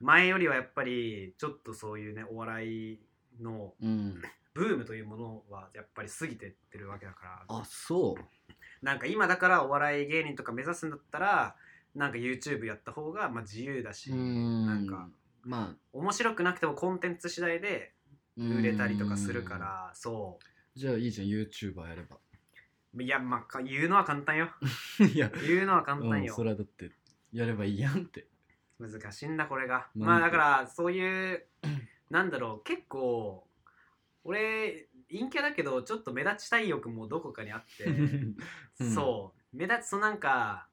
前よりはやっぱりちょっとそういうねお笑いの
うん
ブームというものはやっぱり過ぎてってるわけだから
あそう
なんか今だからお笑い芸人とか目指すんだったらなんか YouTube やった方がまあ自由だし、
うん
なんか
まあ
面白くなくてもコンテンツ次第で
うん
売れたりとかするからそ
じゃあいいじゃん YouTuber やれ ば
ういやまあか言うのは簡 単よ
いや
言うのは簡
う
単
ん
よ
そ、れはだってやればいいやんって
難しいんだこれが
なん
まあ
て
だからそういうなんだろう結構俺陰キャだけどちょっと目立ちたい欲もどこかにあ って
うん
そう目立つとなんか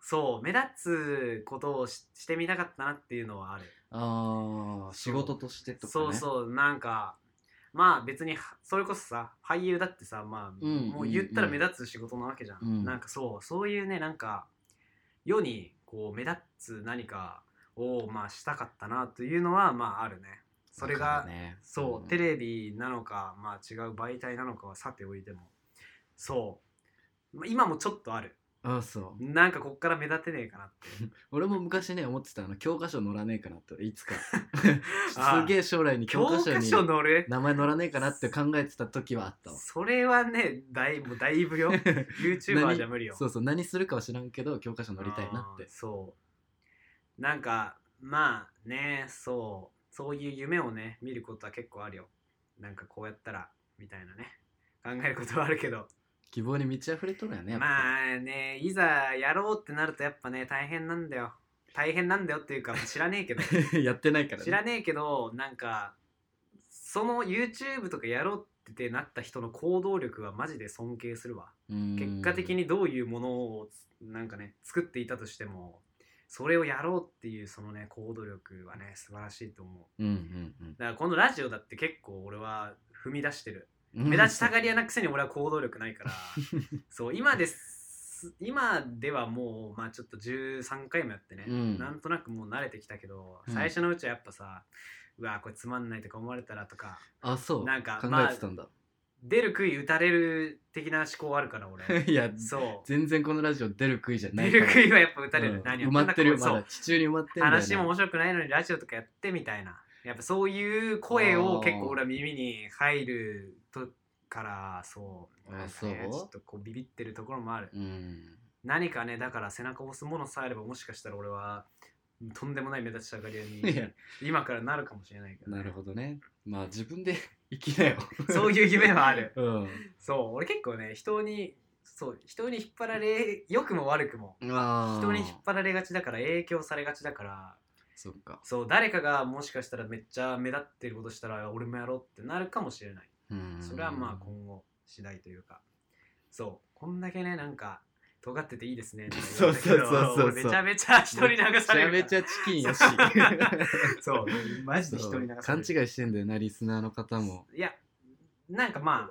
そう目立つことをししてみたかったなっていうのはある、
ああ仕事としてとかね
そうそうなんかまあ別にはそれこそさ俳優だってさまあ、
うん
もう言ったら目立つ仕事なわけじゃん、
うん
なんかそうそういうねなんか世にこう目立つ何かをまあしたかったなというのはまああるねそれ
わ
が
かるね
そう、
ん
テレビなのか、まあ、違う媒体なのかはさておいてもそうまあ今もちょっとある
あそう
なんかこっから目立てねえかなって
俺も昔ね思ってたあの教科書乗らねえかなといつか
ああ
すげえ将来に教
教
科書
科
に
書乗る
名前乗らねえかなって考えてた時はあったわ
それはねだいぶだい ぶよ YouTuber じゃ無理よ
そうそう何するかは知らんけど教科書乗りたいなっ
あー
て
そうなんかまあねそうそういう夢をね見ることは結構あるよなんかこうやったらみたいなね考えることはあるけど
希望に満ち溢れとるよねやっぱ、
まあねいざやろうってなるとやっぱね大変なんだよ大変なんだよっていうか知らねえけど
やってないから
知らねえけどなんかその YouTube とかやろうってなった人の行動力はマジで尊敬するわ結果的
に
にどういうものをなんかね作っていたとしてもそれをやろうっていうそのね行動力はね素晴らしいと思
うんうん
うだからこのラジオだって結構俺は踏み出してる
うん
目立ちたがり屋なくせに俺は行動力 ないからそう今です今ではもう、まあ、ちょっと13回もやってね、
うん
なんとなくもう慣れてきたけど
うん
最初のうちはやっぱさ、うわこれつまんないとか思われたらとか
あそう
なんか
考
まあ
えてたんだ、
出る杭打たれる的な思考あるから俺
いや
そう
全然このラジオ出る杭じゃない
出
か
る
ら
杭はやっぱ打たれ
う
る、
ん
何
埋
を
まってるよま
そ
だ
う
地中に埋まってるんだよね
話も面白くないのにラジオとかやってみたいなやっぱそういう声を結構俺は耳に入るとからそう
あ
なんかね
そう
ちょっとこうビビってるところもある、
うん
何かねだから背中を押すものさえあればもしかしたら俺はとんでもない目立ちたがり屋
い
に
や
今からなるかもしれないけどね、
なるほどねまあ自分で 生きなよ
そういう夢はある
うん
そう俺結構ね人にそう人に引っ張られ良くも悪くも
ああ
人に引っ張られがちだから影響されがちだから
そっか
そう誰かがもしかしたらめっちゃ目立ってることしたら俺もやろうってなるかもしれない
うん
それはまあ今後次第というかそうこんだけねなんか尖ってていいです ねって言うんだけど
そうそうそうそう
俺めちゃめちゃ人に流される
めち
ゃ
ゃめちゃチキンよし
そうそうマジで人に流される
勘違いしてんだよなリスナーの方も
いやなんかまあ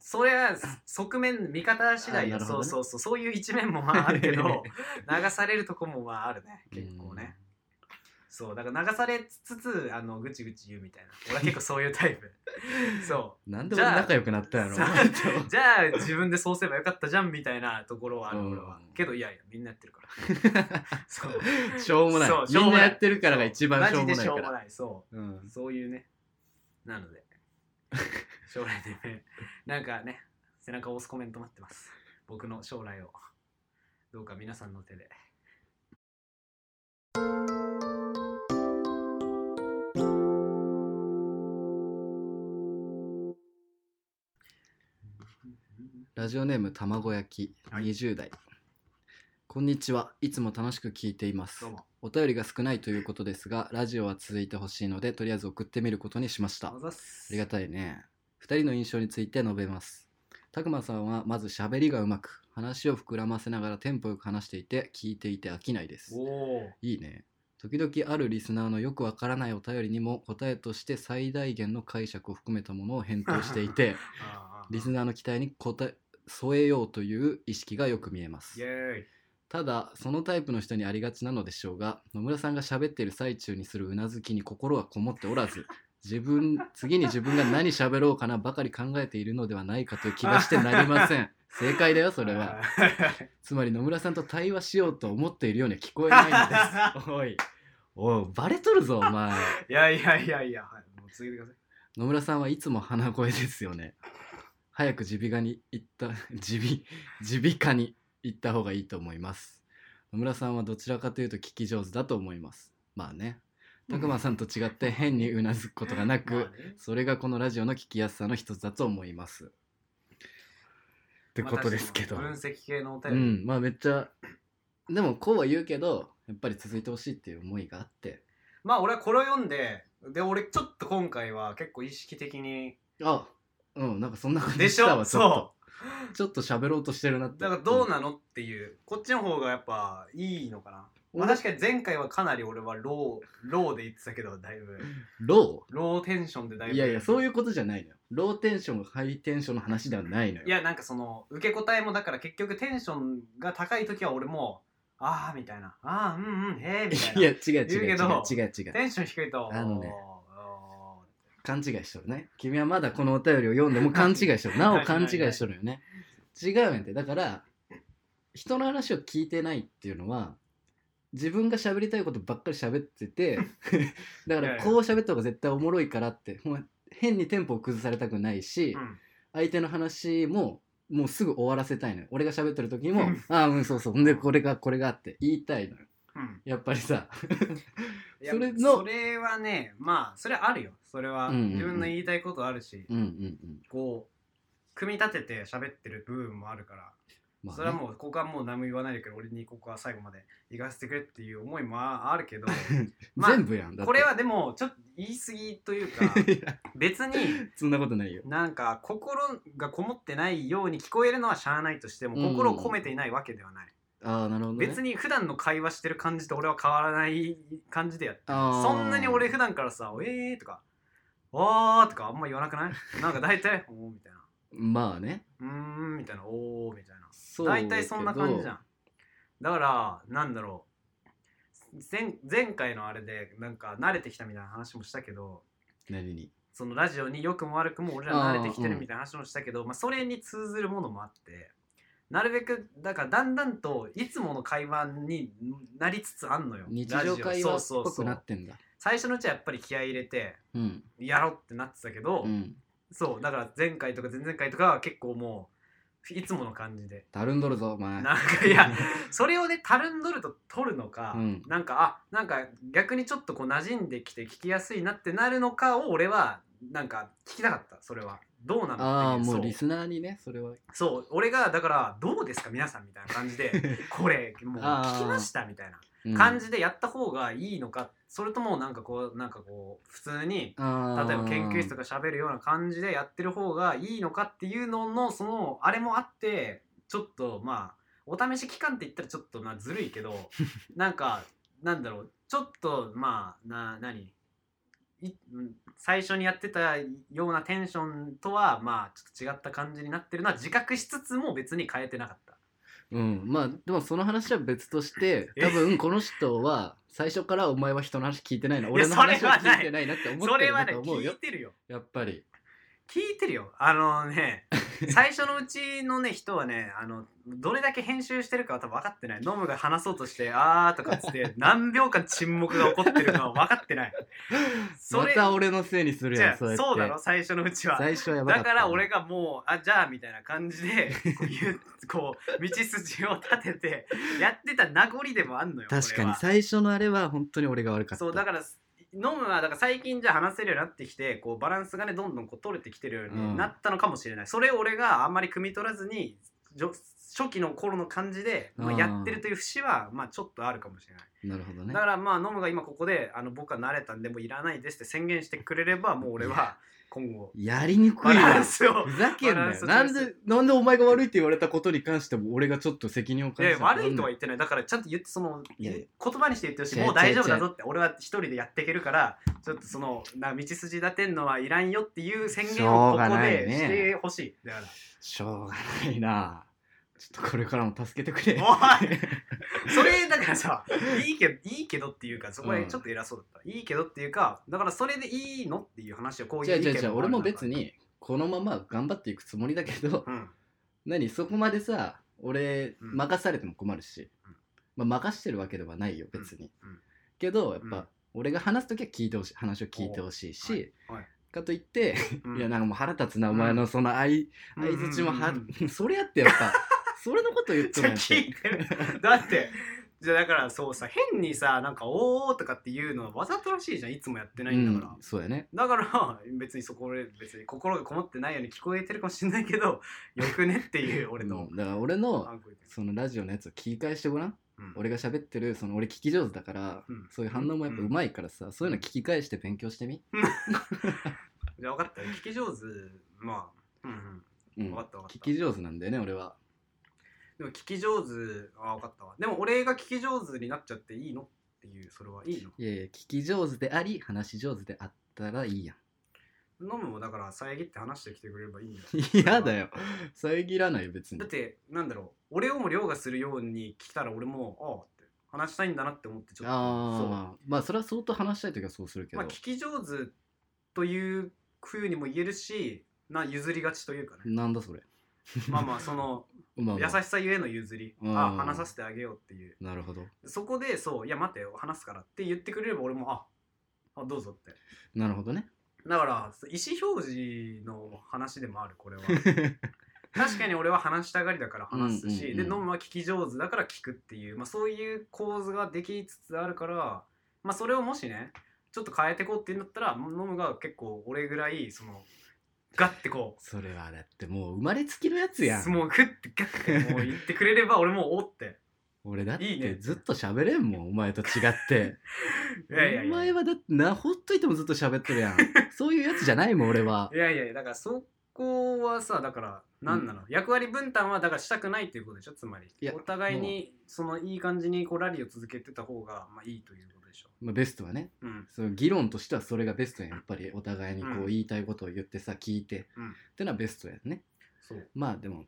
それは側面見方次第
あな
よ、
るほ
そ
ど
う
ね
そうそうそういう一面もまああるけ ど流されるとこもまああるね結構ね、そうだから流されつつあのぐちぐち言うみたいな俺は結構そういうタ イプそ
うんなんで俺仲良くなったやろ
じゃあうじゃあ自分でそうすればよかったじゃんみたいなところはある俺は
うん
けどいやいやみんなやってるから そう
しょうもない
そうしょ
み
うんも
な
ない
やってるからが一番しょうもな
マ
いか
ジでしょうも
ら
ないそう
うん
そういうねなの で将来の夢なんかね背中を押すコメント待ってます僕の将来をどうか皆さんの手で
ラジオネーム卵焼き
はい
20代、こんにちはいつも楽しく聞いています
どうも
お便りが少ないということですがラジオは続いてほしいのでとりあえず送ってみることにしました
あ
あ
ざっす
りがたいね2人の印象について述べますたくまさんはまず喋りがうまく話を膨らませながらテンポよく話していて聞いていて飽きないです
おお
いいね時々あるリスナーのよくわからないお便りにも答えとして最大限の解釈を含めたものを返答していて
あー
リスナーの期待に応え添えようという意識がよく見えます
イエーイ
ただそのタイプの人にありがちなのでしょうが野村さんが喋っている最中にするうなずきに心はこもっておらず自分次に自分が何喋ろうかなばかり考えているのではないかという気がしてなりません正解だよそれは
あー
つまり野村さんと対話しようと思っているようには聞こえないの ですおいおいバレとるぞお前
いやいやいやいや、はい、もう続けてください
野村さんはいつも鼻声ですよね早く耳鼻科に行った 耳鼻耳鼻科に行った方がいいと思います野村さんはどちらかというと聞き上手だと思いますまあねたくまさんと違って変にうなずくことがな
ま
く
あね
それがこのラジオの聞きやすさの一つだと思いますってことですけど、
まあ確かに分析系のお
う
便り、
んまあめっちゃでもこうは言うけどやっぱり続いてほしいっていう思いがあって
まあ俺はこれを読んでで俺ちょっと今回は結構意識的に
あうんなんかそんな感じ
で
し
した ょ
わちょっと
そう
ちょっと喋ろうとしてるなって
だからどうなのっていうこっちの方がやっぱいいのかな、まあ、
俺
確かに前回はかなり俺はローローで言ってたけどだいぶ
ロ
ローテンションでだい
ー
ぶ
いやいやそう
う
いうことじゃないのよローテンションハイテンションの話ではないのよ
いやなんかその受け答えもだから結局テンションが高い時は俺もああみたいなああうんうんへえみたい
い
な
や違う違う
言う
違う
け
違
ど
う違う違う
テンション低いと
あのね
おー
勘違いしとるね君はまだこのお便りを読んでも勘違いしとるなお勘違いしとるよね違うやんってだから人の話を聞いてないっていうのは自分が喋りたいことばっかり喋っ ててだか
いやい
ら
や
こう喋った方が絶対おもろいからってほんま変にテンポを崩されたくないし、
うん
相手の話ももうすぐ終わらせたいのよ俺が喋ってる時も
うん
「ああうんそうそうほんでこれがこれが」って言いたいのよ
うん
やっぱりさ
いや
それの
それはねまあそれあるよそれは
うんうんうん
自分の言いたいことあるし
うんうんうん、
こう組み立てて喋ってる部分もあるから
まあね
それはもうここはもう何も言わないでくれ俺にここは最後まで行かせてくれっていう思いもあるけ どまあ
全部やんだって
これはでもちょっと言い過ぎという か
いや
別に
そんなことないよ
なんか心がこもってないように聞こえるのはしゃあないとしても
うん
心を込めていないわけではない、
ああなるほど、ね、
別に普段の会話してる感じと俺は変わらない感じでやってる
あー
そんなに俺普段からさ「えー」とか「あー」とかあんま言わなく ないなんか大体「おー」みたいな
まあね
「うーん」みたいな「おー」みたいな
そう
大体そんな感じじゃ
ん
んだからなんだろう前前回のあれでなんか慣れてきたみたいな話もしたけど
何に
そのラジオによくも悪くも俺ら慣れてきて
あーう
る
ん
みたいな話もしたけど、まあ、それに通ずるものもあってなるべくだからだんだんといつもの会話になりつつあんのよ
日常
ラ
会
ジオそ
話っ
うそ
ぽ
うそ
くな
う
ってんだ
最初のうちはやっぱり気合い入れて
うん
やろうってなってたけど、
うん
そうだから前回とか前々回とかは結構もういつもの感じで
たるんどるぞお前
なんかいやそれをねたるんどると取るのか、
うん
なんかあなんか逆にちょっとこう馴染んできて聞きやすいなってなるのかを俺はなんか聞きたかったそれはどうなのっていう
ああも
そうう
リスナーにねそれは
そう俺がだからどうですか皆さんみたいな感じで これもう
あー
聞きましたみたいな
うん
感じでやった方がいいのかそれともなんかこうなんかこう普通に
あー
例えば研究室とか喋るような感じでやってる方がいいのかっていうののそのあれもあってちょっとまあお試し期間って言ったらちょっとなずるいけど なんかなんだろうちょっとまあな何いうん最初にやってたようなテンションとはまあちょっと違った感じになってるのは自覚しつつも別に変えてなかった。
うんまあでもその話は別として
え
多分この人は最初からお前は人の話聞いてないない
や
俺の話は聞いてないなって思
そ
って
れ
る
は
んだ
ね
と思
聞
うよ
いてるよ。
やっぱり
聞いてるよあの ね最初のうちのね人はねあのどれだけ編集してるかは多分分かってないノムが話そうとして「あー」とかっつって何秒間沈黙が起こってるかは分かってないそ
ま
れ、
た俺のせいにする
じゃ
やん
あ
やって
そうだろ最初のうちは
最初はやばか
だ
った
から俺
が
がもう「あじゃあ」みたいな感じでこういうこう道筋を立ててやってた名残でもあんのよ
確か
これ
に
は
最初のあれは本当に俺が悪かった
そうだからノムはだから最近じゃあ話せるようになってきてこうバランスがねどんどんこう取れてきてるようになったのかもしれない、それを俺があんまり汲み取らずにじょ初期の頃の感じで、まあ、
うん
やってるという節はまあちょっとあるかもしれない、
なるほどね
だからまあノムが今ここであの僕は慣れたんでもういらないですって宣言してくれればもう俺は今後
やりにく
バ
い
ラ
わ
ンスを
ふざけん
バ
な
ランス
よ
を
なんでなんでお前が悪いって言われたことに関しても俺がちょっと責任を
い
感じ
や
た
悪いとは
言
言ってないだからちゃんと言ってその
いやいや
言葉にして言ってほしい
違う
もう大丈夫だぞって俺は一人でやっていけるからちょっとそのな道筋立てんのはいらんよっていう宣言をこ
しょうが
こ
ない
で
ね
してほしいだから
しょうがないなちょっとこれからも助けてく れ
おいそれだから さいいけどいいけどっていうかそこは
うん
ちょっと偉そうだった、いいけどっていうかだからそれでいいのっていう話をこういう
違う
意
違う
見
違う
あ
俺
る中
も別にこのまま頑張っていくつもりだけど
うん
何そこまでさ俺
うん
任されても困るし
うん、
まあ、任してるわけではないよ別に、
うんうん
けどやっぱ、
うん
俺が話す時は聞いてほしい話を聞いてほしいし、
おいはい
かといって、
うん
いやなんかもう腹立つなお前のその相
うんうんうん
づちもは、 それやってやっぱそれのこと言っ
じ
て
ゃあ
もやっ
聞いてるだってじゃあだからそうさ変にさなんか「おー」とかっていうのはわざとらしいじゃんいつもやって
う
ないんだから
ん、、そうやね
だから別にそこ俺別に心がこもってないように聞こえてるかもしれないけどよくねっていう俺の
うんだから俺の
あこう言ってる
そのラジオのやつを聞き返してごらん
うん
俺が喋ってるその俺聞き上手だから、
うん
そういう反応もやっぱうまいからさ、そういうの聞き返して勉強してみ、
じゃあ分かった聞き上手まあうん
う
うん
ん
分かった分かった
聞き上手なんだよね俺は
でも聞き上手あ分かったわでも俺が聞き上手になっちゃっていいのっていうそれはいいの
いやいや聞き上手であり話し上手であったらいいや
飲むもだから遮って話してきてくれればいいんだよ
ん嫌だよ遮らないよ別に
だってなんだろう俺をも凌駕するように来たら俺もああって話したいんだなって思ってちょっとそう
ああまあそれは相当話したい時はそうするけど、
まあ、聞き上手というふうにも言えるしな譲りがちというかね
なんだそれ
まあまあその
まあま
優
あ
しさゆえの譲り
うん
あ話させてあげようっていう
なるほど
そこでそういや待てよ話すからって言ってくれれば俺もああどうぞって
なるほ どね
だから意思表示の話でもあるこれは確かに俺は話したがりだから話すし、
うんうんうん
でノムは聞き上手だから聞くっていう、まあ、そういう構図ができつつあるから、まあ、それをもしねちょっと変えてこうって言うんだったらノムが結構俺ぐらいそのガッてこう
それはだってもう生まれつきのやつやん
もうグッてガッてもう言ってくれれ ば俺もおって
俺だっ
いいね
てずっと喋れんもんお前と違って
いやいやい
お前
や
はだってなほっといてもずっと喋っとるやんそういうやつじゃないもん俺はい
やいやいやだからそこはさだから何なの、役割分担はだからしたくないっていうことでしょつまり
いや
お互いにそのいい感じにこうラリーを続けてた方がまあいいということでしょ
まあ、ベストはね
うん
その議論としてはそれがベストやんやっぱりお互いにこ
うん
う言いたいことを言ってさ聞いて、
うん
ってのはベストやんね
そう
まあでも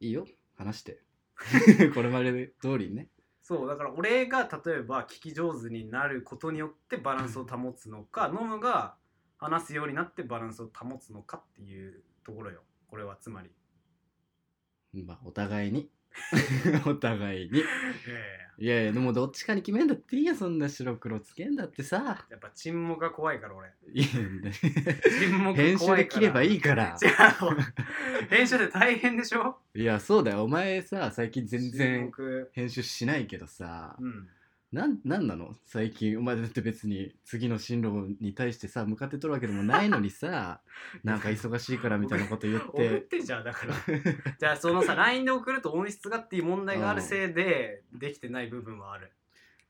いいよ話して これまで通りにね
そうだから俺が例えば聞き上手になることによってバランスを保つのかノムが話すようになってバランスを保つのかっていうところよこれはつまり
まあお互いに お互いに
いやいやいや
いやいやでもどっちかに決めんだっていいやそんな白黒つけんだってさ
やっぱ沈黙が怖いから俺
いいんだ
沈黙が怖いから
編集で切ればいい から
違う編集で大変でしょ
いやそうだよお前さ最近全
沈
然
黙
編集しないけどさ
うん
なんなんなの最近お前だって別に次の進路に対してさ向かってとるわけでもないの にさなんか忙しいからみたいなこと言っ
送って てじゃんだ からじゃあそのさ LINE で送ると音質がっていう問題があるせいでできてない部分はある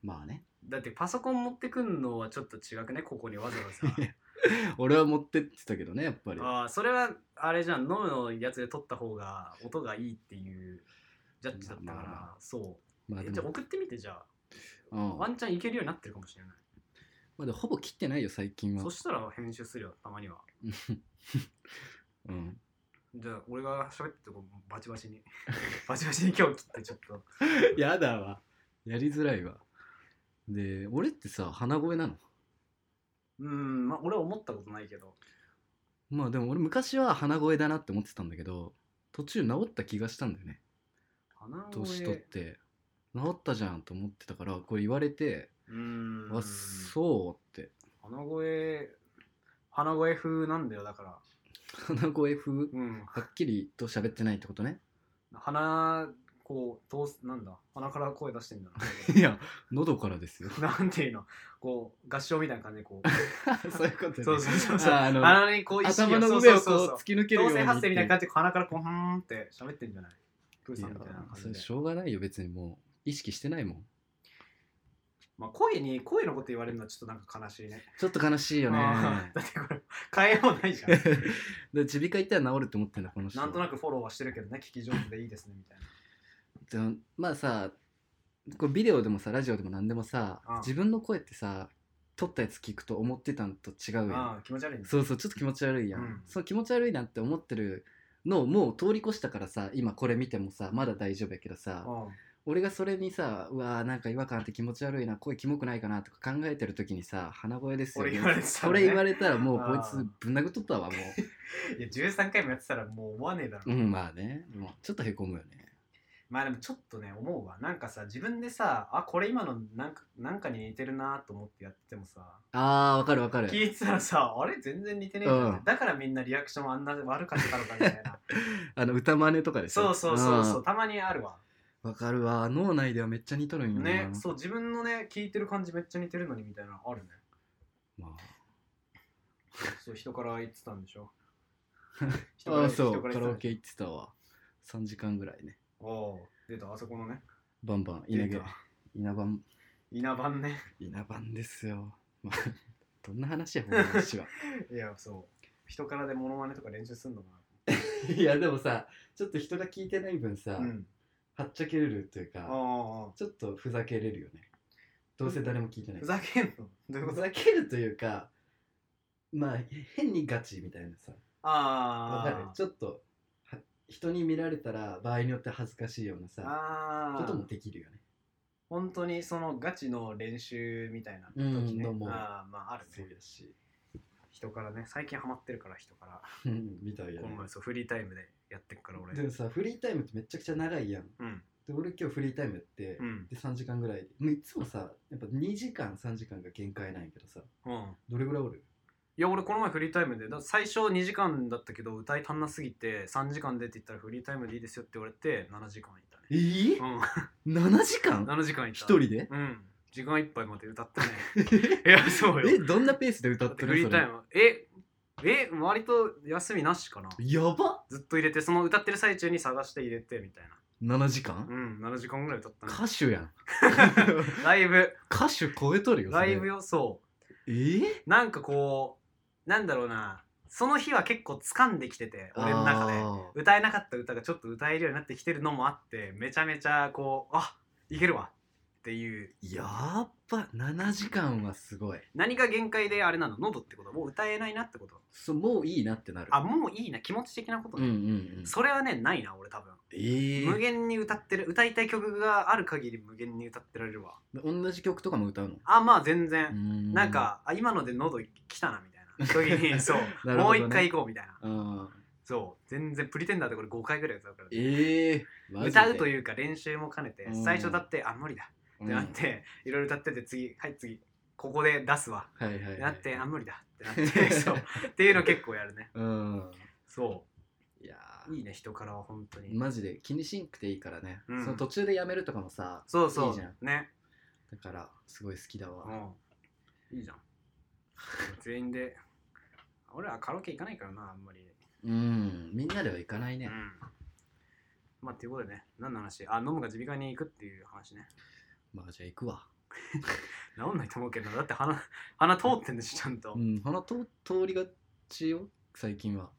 まあね
だってパソコン持ってくんのはちょっと違くねここにわざわ ざ
俺は持ってってたけどねやっぱり
ああそれはあれじゃんノムのやつで撮った方が音がいいっていうジャッジだったから、
まあまあま
そ
まあ
うえ
で
じゃあ
も、
送ってみてじゃ
うん
あワンチャンいけるようになってるかもしれない、
まあ、でもほぼ切ってないよ最近は
そしたら編集するよたまには
うん
じゃあ俺が喋っててこうバチバチに バチバチに今日切ってちょっと
やだわやりづらいわで俺ってさ鼻声なの
うんまあ俺は思ったことないけど
まあでも俺昔は鼻声だなって思ってたんだけど途中治った気がしたんだよね
鼻声
年取って治ったじゃんと思ってたからこれ言われて
うーん
あそうって
鼻声鼻声風なんだよだから
鼻声風
うん
はっきりと喋ってないってことね
鼻こう通すなんだ鼻から声出して んだ
いや喉からですよ
ななんていうのこう合唱みたいな感じでこう
そういうことね
そうそうそうそう
ああの
鼻にこう意識を
頭の上をこ
そう
う
そうそう
突き抜けるよう
同
に
性発生みたいな感
じ
じで鼻からこうふーんって喋ってんじゃないプーさんみたいな感
そ
じ
れ
で
しょうがないよ別にもう意識してないもん
まあ声に声のこと言われるのはちょっとなんか悲しいね
ちょっと悲しいよね
あー だってこれ変えようないじゃん
で耳鼻科行ったら治るって思ってんだこの人
なんとなくフォローはしてるけどね聞き上手でいいですねみたいな
でもまあさこうビデオでもさラジオでも何でもさ、
うん
自分の声ってさ撮ったやつ聞くと思ってたんと違うやん
ああ気持ち悪いね
そうそうちょっと気持ち悪いやん、
うん
その気持ち悪いなって思ってるのをもう通り越したからさ今これ見てもさまだ大丈夫やけどさ、
うん
俺がそれにさうわーなんか違和感あって気持ち悪いな声キモくないかなとか考えてる時にさ鼻声ですよ、
俺言われてた
それ言われたらもう
あ
こい
ー
つぶん殴っとったわも
いや13回もやってたらもう思わねえだろ、
ううんまあねもうちょっとへこむよね
まあでもちょっとね思うわなんかさ自分でさあこれ今のなんかなんかに似てるなと思ってやっててもさ
あーわかるわかる
聞いてたらさあれ全然似てねえじゃんって、
うん
だからみんなリアクションあんな悪かったのかみたい な
あの歌真似とかでし
そ
ょ
うそうそうそううんたまにあるわ
わかるわ脳内ではめっちゃ似とるんよな
ねそう自分のね聞いてる感じめっちゃ似てるのにみたいなのあるね
まあ
そう人から言ってたんでし ょ人
あーそ
人
うカ
言
ラ
って
オ
た
ケ行ってたわ3時間ぐらいね
おお出たあそこのね
バンバン稲
出
毛
た
稲番
稲番ね
稲番ですよ、まあ、どんな話やこの話は
いやそう人からでモノマネとか練習すんのか
いやでもさちょっと人が聞いてない分さ、
なうん
はっちゃけれるという
あ
か
あ
ちょっとふざけれるよねどうせ誰も聞いてない
ふざけんのどういうこ
ふ
と
ざけるというかまあ変にガチみたいなさわかる
あ
ちょっとは人に見られたら場合によって恥ずかしいような
あ
さ
あ
ことも
あ
できるよね
本当にそのガチの練習みたいな時ね、
うんどうも
ああまあある
そう
ね
やし
人からね最近ハマってるから人から
うんみたいや
この
ね
前そうフリータイムでやってっから俺
でもさフリータイムってめちゃくちゃ長いやん
うん
で俺今日フリータイムやって、
うん
で3時間ぐらいもういつもさやっぱ2時間3時間が限界なんやけどさ
うん
どれぐらいおる
いや俺この前フリータイムでだ最初2時間だったけど歌い足んなすぎて3時間でって言ったらフリータイムでいいですよって言われて7時間いたね
えー、7時
う
間
ん7時間いた
一人で
うん時間いっぱいまで歌ったねいやそうよ
えどんなペースで歌
だ
っ
ってて
る
フリー
そ
タ
れ
イムええ割と休みなしかな
やば
ずっと入れてその歌ってる最中に探して入れてみたい
7時間
なうん7時間ぐらい歌ったね
歌手や ん
ライブ
歌手超えとるよそ
ラ
れ
イブよそう
えー、
なんかこうなんだろうなその日は結構掴んできてて俺の中で
あー
歌えなかった歌がちょっと歌えるようになってきてるのもあってめちゃめちゃこうあいけるわっていう
やっば7時間はすごい
何が限界であれなの喉ってこともう歌えないなってこと
そうもういいなってなる
あもういいな気持ち的なこと
うんう
ね、
んうん
それはねないな俺多分、
えー
無限に歌ってる歌いたい曲がある限り無限に歌ってられるわ
同じ曲とかも歌うの
あまあ全然、
な
なんかあ今ので喉きたなみたいな 時にそう、
なる
も
ほど
う
ね
一回行こうみたいな
あー
そう全然プリテンダーってこれ5回ぐらい歌うから、
ええ
歌うと
う
いうか練習も兼ねて
うん
最初だってあ無理だってなって、いろいろ歌ってて次はい次ここで出すわ
はいはいはい
なってあ無理だってなって そうっていうの結構やるね
うん
そ
いやー
ういいね人からは本当に、
マジで気にしんくていいからね、
うん
その途中でやめるとかもさ
そうそう
いいじゃん
ね
だからすごい好きだわ、
うんいいじゃん全員で俺はカラオケ行かないからなあんまり
うんみんなでは行かないうね、
んまあっていうことでね何の話あ飲むか耳鼻科に行くっていう話ね
まあじゃあ行くわ
治んないと思うけどなだって鼻 鼻通ってんでしょちゃんと、
うん鼻と通りがちよ最近は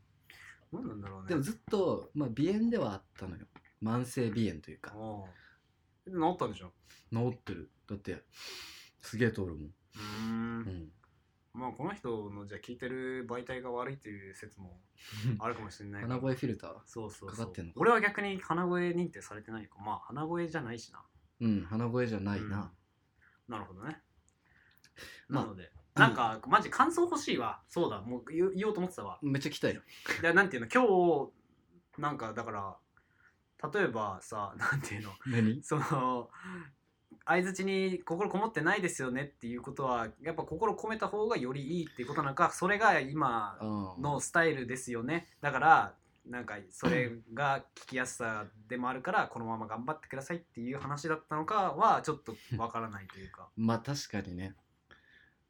何なんだろうね
でもずっと、まあ、鼻炎ではあったのよ慢性鼻炎というか
おう治ったんでしょ
治ってるだってすげえ通るもん、
うー
うんん、
まあこの人のじゃあ聞いてる媒体が悪いという説もあるかもしれないから
鼻声フィルター
そうそうそう
かかってんのか
俺は逆に鼻声認定されてないかまあ鼻声じゃないしな
うん鼻声じゃないな、
うんなるほどね。
まあ
なので、なんか、マジ感想欲しいわ。そうだ、もう言う言おうと思ってたわ。
めっちゃ来た よ
で、なんていうの、今日、なんか、だから、例えばさ、 なんていうの、
何
その、相づちに心こもってないですよねっていうことは、やっぱ心込めた方がよりいいっていうことなんか、それが今のスタイルですよね。だから、なんかそれが聞きやすさでもあるからこのまま頑張ってくださいっていう話だったのかはちょっとわからないというか
まあ確かにね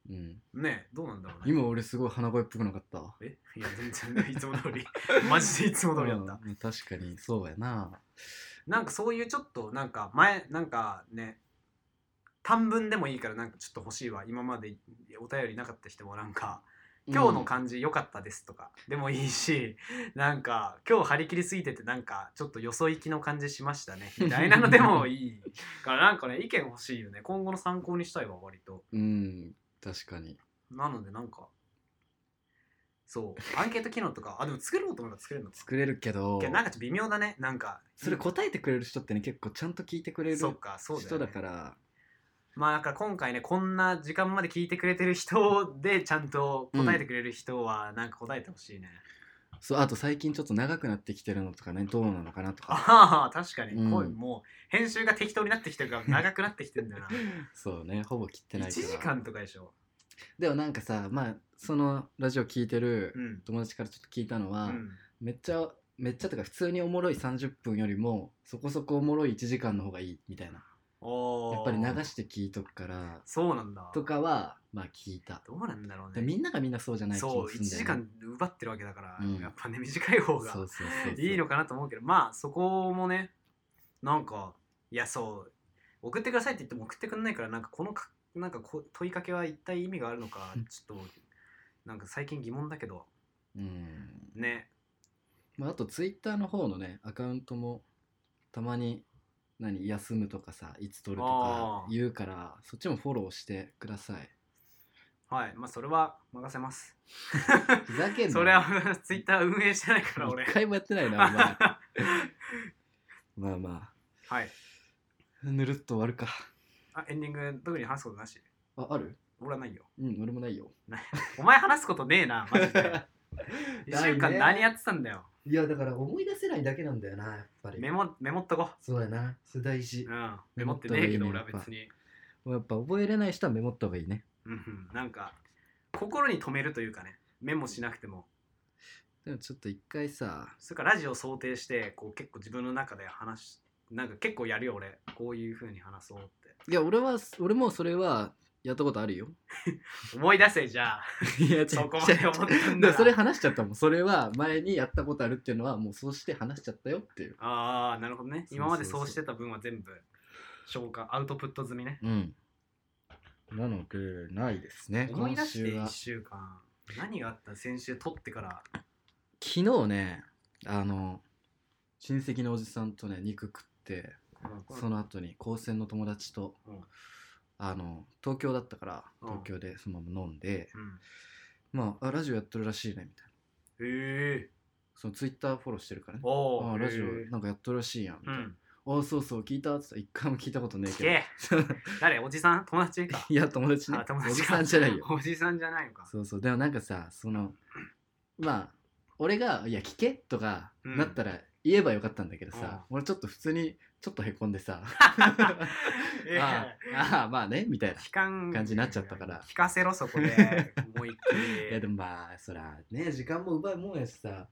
うん
ねえどうなんだろうね
今俺すごい鼻声っぽくなかったわ
えいや全然いつも通り マジでいつも通りだった、
うん確かにそうやな
なんかそういうちょっとなんか前なんかね短文でもいいからなんかちょっと欲しいわ今までお便りなかった人もなんか「今日の感じ良かったです」とかでもいいし なんか「今日張り切りすぎててなんかちょっとよそ行きの感じしました ね」みたいなのでもいいからなんかね意見欲しいよね今後の参考にしたいわ割と。
うん、うん、確かに
なのでなんかそうアンケート機能とかあでも作ろうと思えば作れるの
作れるけど
けどなんかちょっと微妙だねなんか
それ答えてくれる人ってね結構ちゃんと聞いてくれる
そっかそうだ,、ね、
人だから
まあだから今回ねこんな時間まで聞いてくれてる人でちゃんと答えてくれる人はなんか答えてほしいね、
そうあと最近ちょっと長くなってきてるのとかねどうなのかなとか
ああ確かに、
うん
こうもう編集が適当になってきてるから長くなってきてるんだよ
そうねほぼ切って
な
な
1
いから
時間とかでしょ
でもなんかさまあそのラジオ聞いてる
うん、
友達からちょっと聞いたの
う
は、
ん、
めっちゃめっちゃとか普通におもろい30分よりもそこそこおもろい1時間の方がいいみたいな
おー
やっぱり流して聞いとくから
そうなんだ
とかはまあ聞いた
どうなんだろう
で
ね
みんながみんなそうじゃない気
そ
も
う
す
1
んだよね
時間奪ってるわけだから、
うん
やっぱね短い方が
そうそうそうそう
いいのかなと思うけどまあそこもねなんかいやそう送ってくださいって言っても送ってくんないからなんかこのかなんかこ問いかけは一体意味があるのかちょっとなんか最近疑問だけど
うん、
ね
まあ、あとツイッターの方のねアカウントもたまに何休むとかさいつ撮るとか
あー
言うからそっちもフォローしてください
はいまあそれは任せます
ふざけんな
それはツイッター運営してないから俺
一回もやってな いなお前まあま
はい
あぬるっと終わるか
あエンディング特に話すことなし
あある
俺はないよ
うん、俺もないよ。
お前話すことねえなマジで1週
な
間
いね
何やってたんだよ
いやだから思い出せないだけなんだよなやっぱり
メモメモっとこ
そうやなそれ大事
う、うん、メモってねえけど
メ
俺
モっ
は
た方がいいね
別に
やっぱ覚えれない人はメモった方がいいね。
うんうんなんか心に留めるというかねメモしなくても
でもちょっと一回さ、
それからラジオ想定してこう結構自分の中で話しなんか結構やるよ俺こういう風に話そうって
いや、俺は、俺もそれはやったことあるよ。
思い出せじゃあ
いや、違う
そこまで思ったんだ
違う違うだからそれ話しちゃったもん。それは前にやったことあるっていうのは、もうそうして話しちゃったよっていう。
ああなるほどね
そうそうそう
今までそうしてた分は全部消化アウトプット済みね
うん。なので、ないですね。
思い出して
今週は
1週間何があった先週撮ってから
昨日ね、あの、親戚のおじさんとね、肉食って、その後に高専の友達と、
うん
あの東京だったから
うん
東京でそのまま飲んで、
うん
まああラジオやってるらしいねみたいな
へえ
そのツイッターフォローしてるからね
お
あ
お
あラジ
う
オなんかやっとるらしいやんみたいな、
ん
ああそうそう聞いたっつったら一回も聞いたことねえ
聞
け
け誰おじさん友 達か
どいや友達ね
あ友達か
おじさんじゃないよ
おじさんじゃないのか
そうそうでもなんかさそのまあ俺が「いや聞け」とか
うん
なったら言えばよかったんだけどさ、俺ちょっと普通にちょっとへこんでさあ
いや
あああまあねみたいな
聞かん
感じになっちゃったから
聞かせろそこでもう一
いやで
回
もまあそら
ね時間も奪うもんやしさ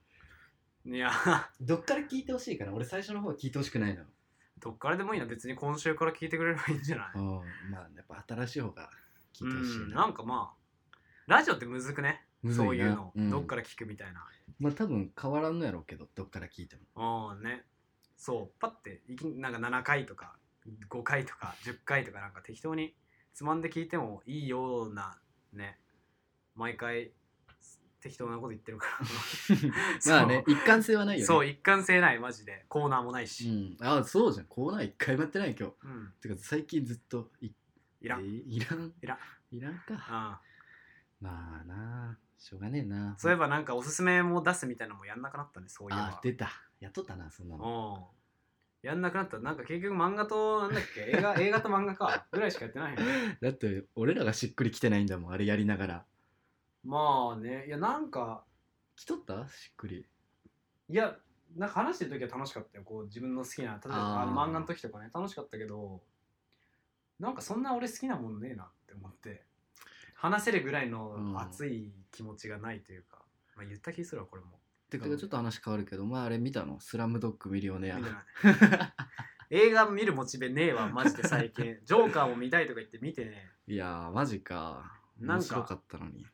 いや
どっから聞いてほしいから俺最初の方は聞いてほしくないの
どっからでもいいな別に今週から聞いてくれればいいんじゃない
うんまあやっぱ新しい方が聞いてほし
う
い
ん
な
なんかまあラジオってむずくね
むずい
そ
な
ういうの、
うん
どっから聞くみたいな
まあ多分変わらんのやろうけどどっから聞いても
うんねそうパッていきなんか7回とか5回とか10回とかなんか適当につまんで聞いてもいいようなね毎回適当なこと言ってるから
まあね一貫性はな
そう
いよね
そう一貫性ないマジでコーナーもないし、
ん、あそうじゃんコーナー一回もやってない今日
うん
てか最近ずっとい
いらん、
えーいらん
いらん
いらんか
うん
まあなあしょうがねえな
そういえばなんかおすすめも出すみたいなのもやんなくなったねそういえば
あ出たやっとったなそんなの
うんやんなくなったなんか結局漫画となんだっけ映 画映画と漫画かぐらいしかやってないよね
だって俺らがしっくりきてないんだもんあれやりながら
まあねいやなんか
来とったしっくり
いやなんか話してる時は楽しかったよこう自分の好きな例えば
あー
あの漫画の時とかね楽しかったけどなんかそんな俺好きなものねえなって思って話せるぐらいの熱い気持ちがないというか、まあ、言った気するわこれも
てかちょっと話変わるけどまああれ見たのスラムドッグミリオネア
見てない 映画見るモチベねえわマジで最 近ジョーカーも見たいとか言って見てねえ
いやーマジか
なん
面
か
白かったのに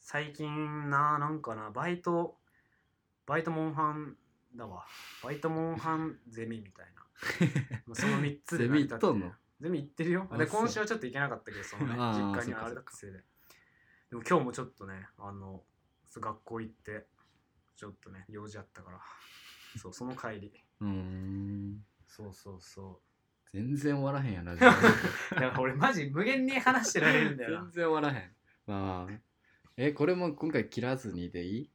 最近ななんかなバイトバイトモンハンだわバイトモンハンゼミみたい なまあその3つで
ゼ
成り
ミ
立っ
行ってと
る
んの
ゼミ行ってるよ
あ
で
そう
今週はちょっと行けなかったけどそのね
あー
実家にはあ
そ
れ
っ
だ
か
くせいででも今日もちょっとねあのそう学校行ってちょっとね用事あったからそうその帰り
うーん
そうそうそ
全然終わらへんや な全
うだから俺マジ無限に話してられるんだよな
然終わらへんまあえこれも今回切らずにでいい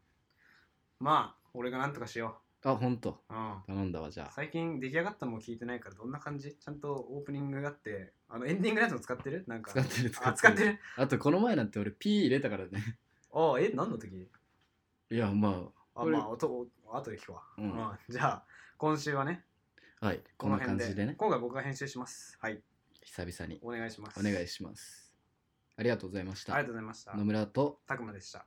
まあ俺がなんとかしよ
あほんと
ううん
頼んだわじゃあ
最近出来上がったのも聞いてないからどんな感じちゃんとオープニングがあってあのエンディングのやつも使ってるなんか
使ってる使っ
あ
てる
使ってる
あとこの前なんて俺 P 入れたからね
ああえ何の時
いやま
あ
これ
まあ音後で聞くわ、
うん
まあ、じゃあ今週はね
あはいこ
こ
ん
の
な
辺
感
で
じでね
今回僕が編集しますはい
久々に
お願いします
お願い
し
しますありがとうございまし
あり
た
がとうございました
野村と
たくまでした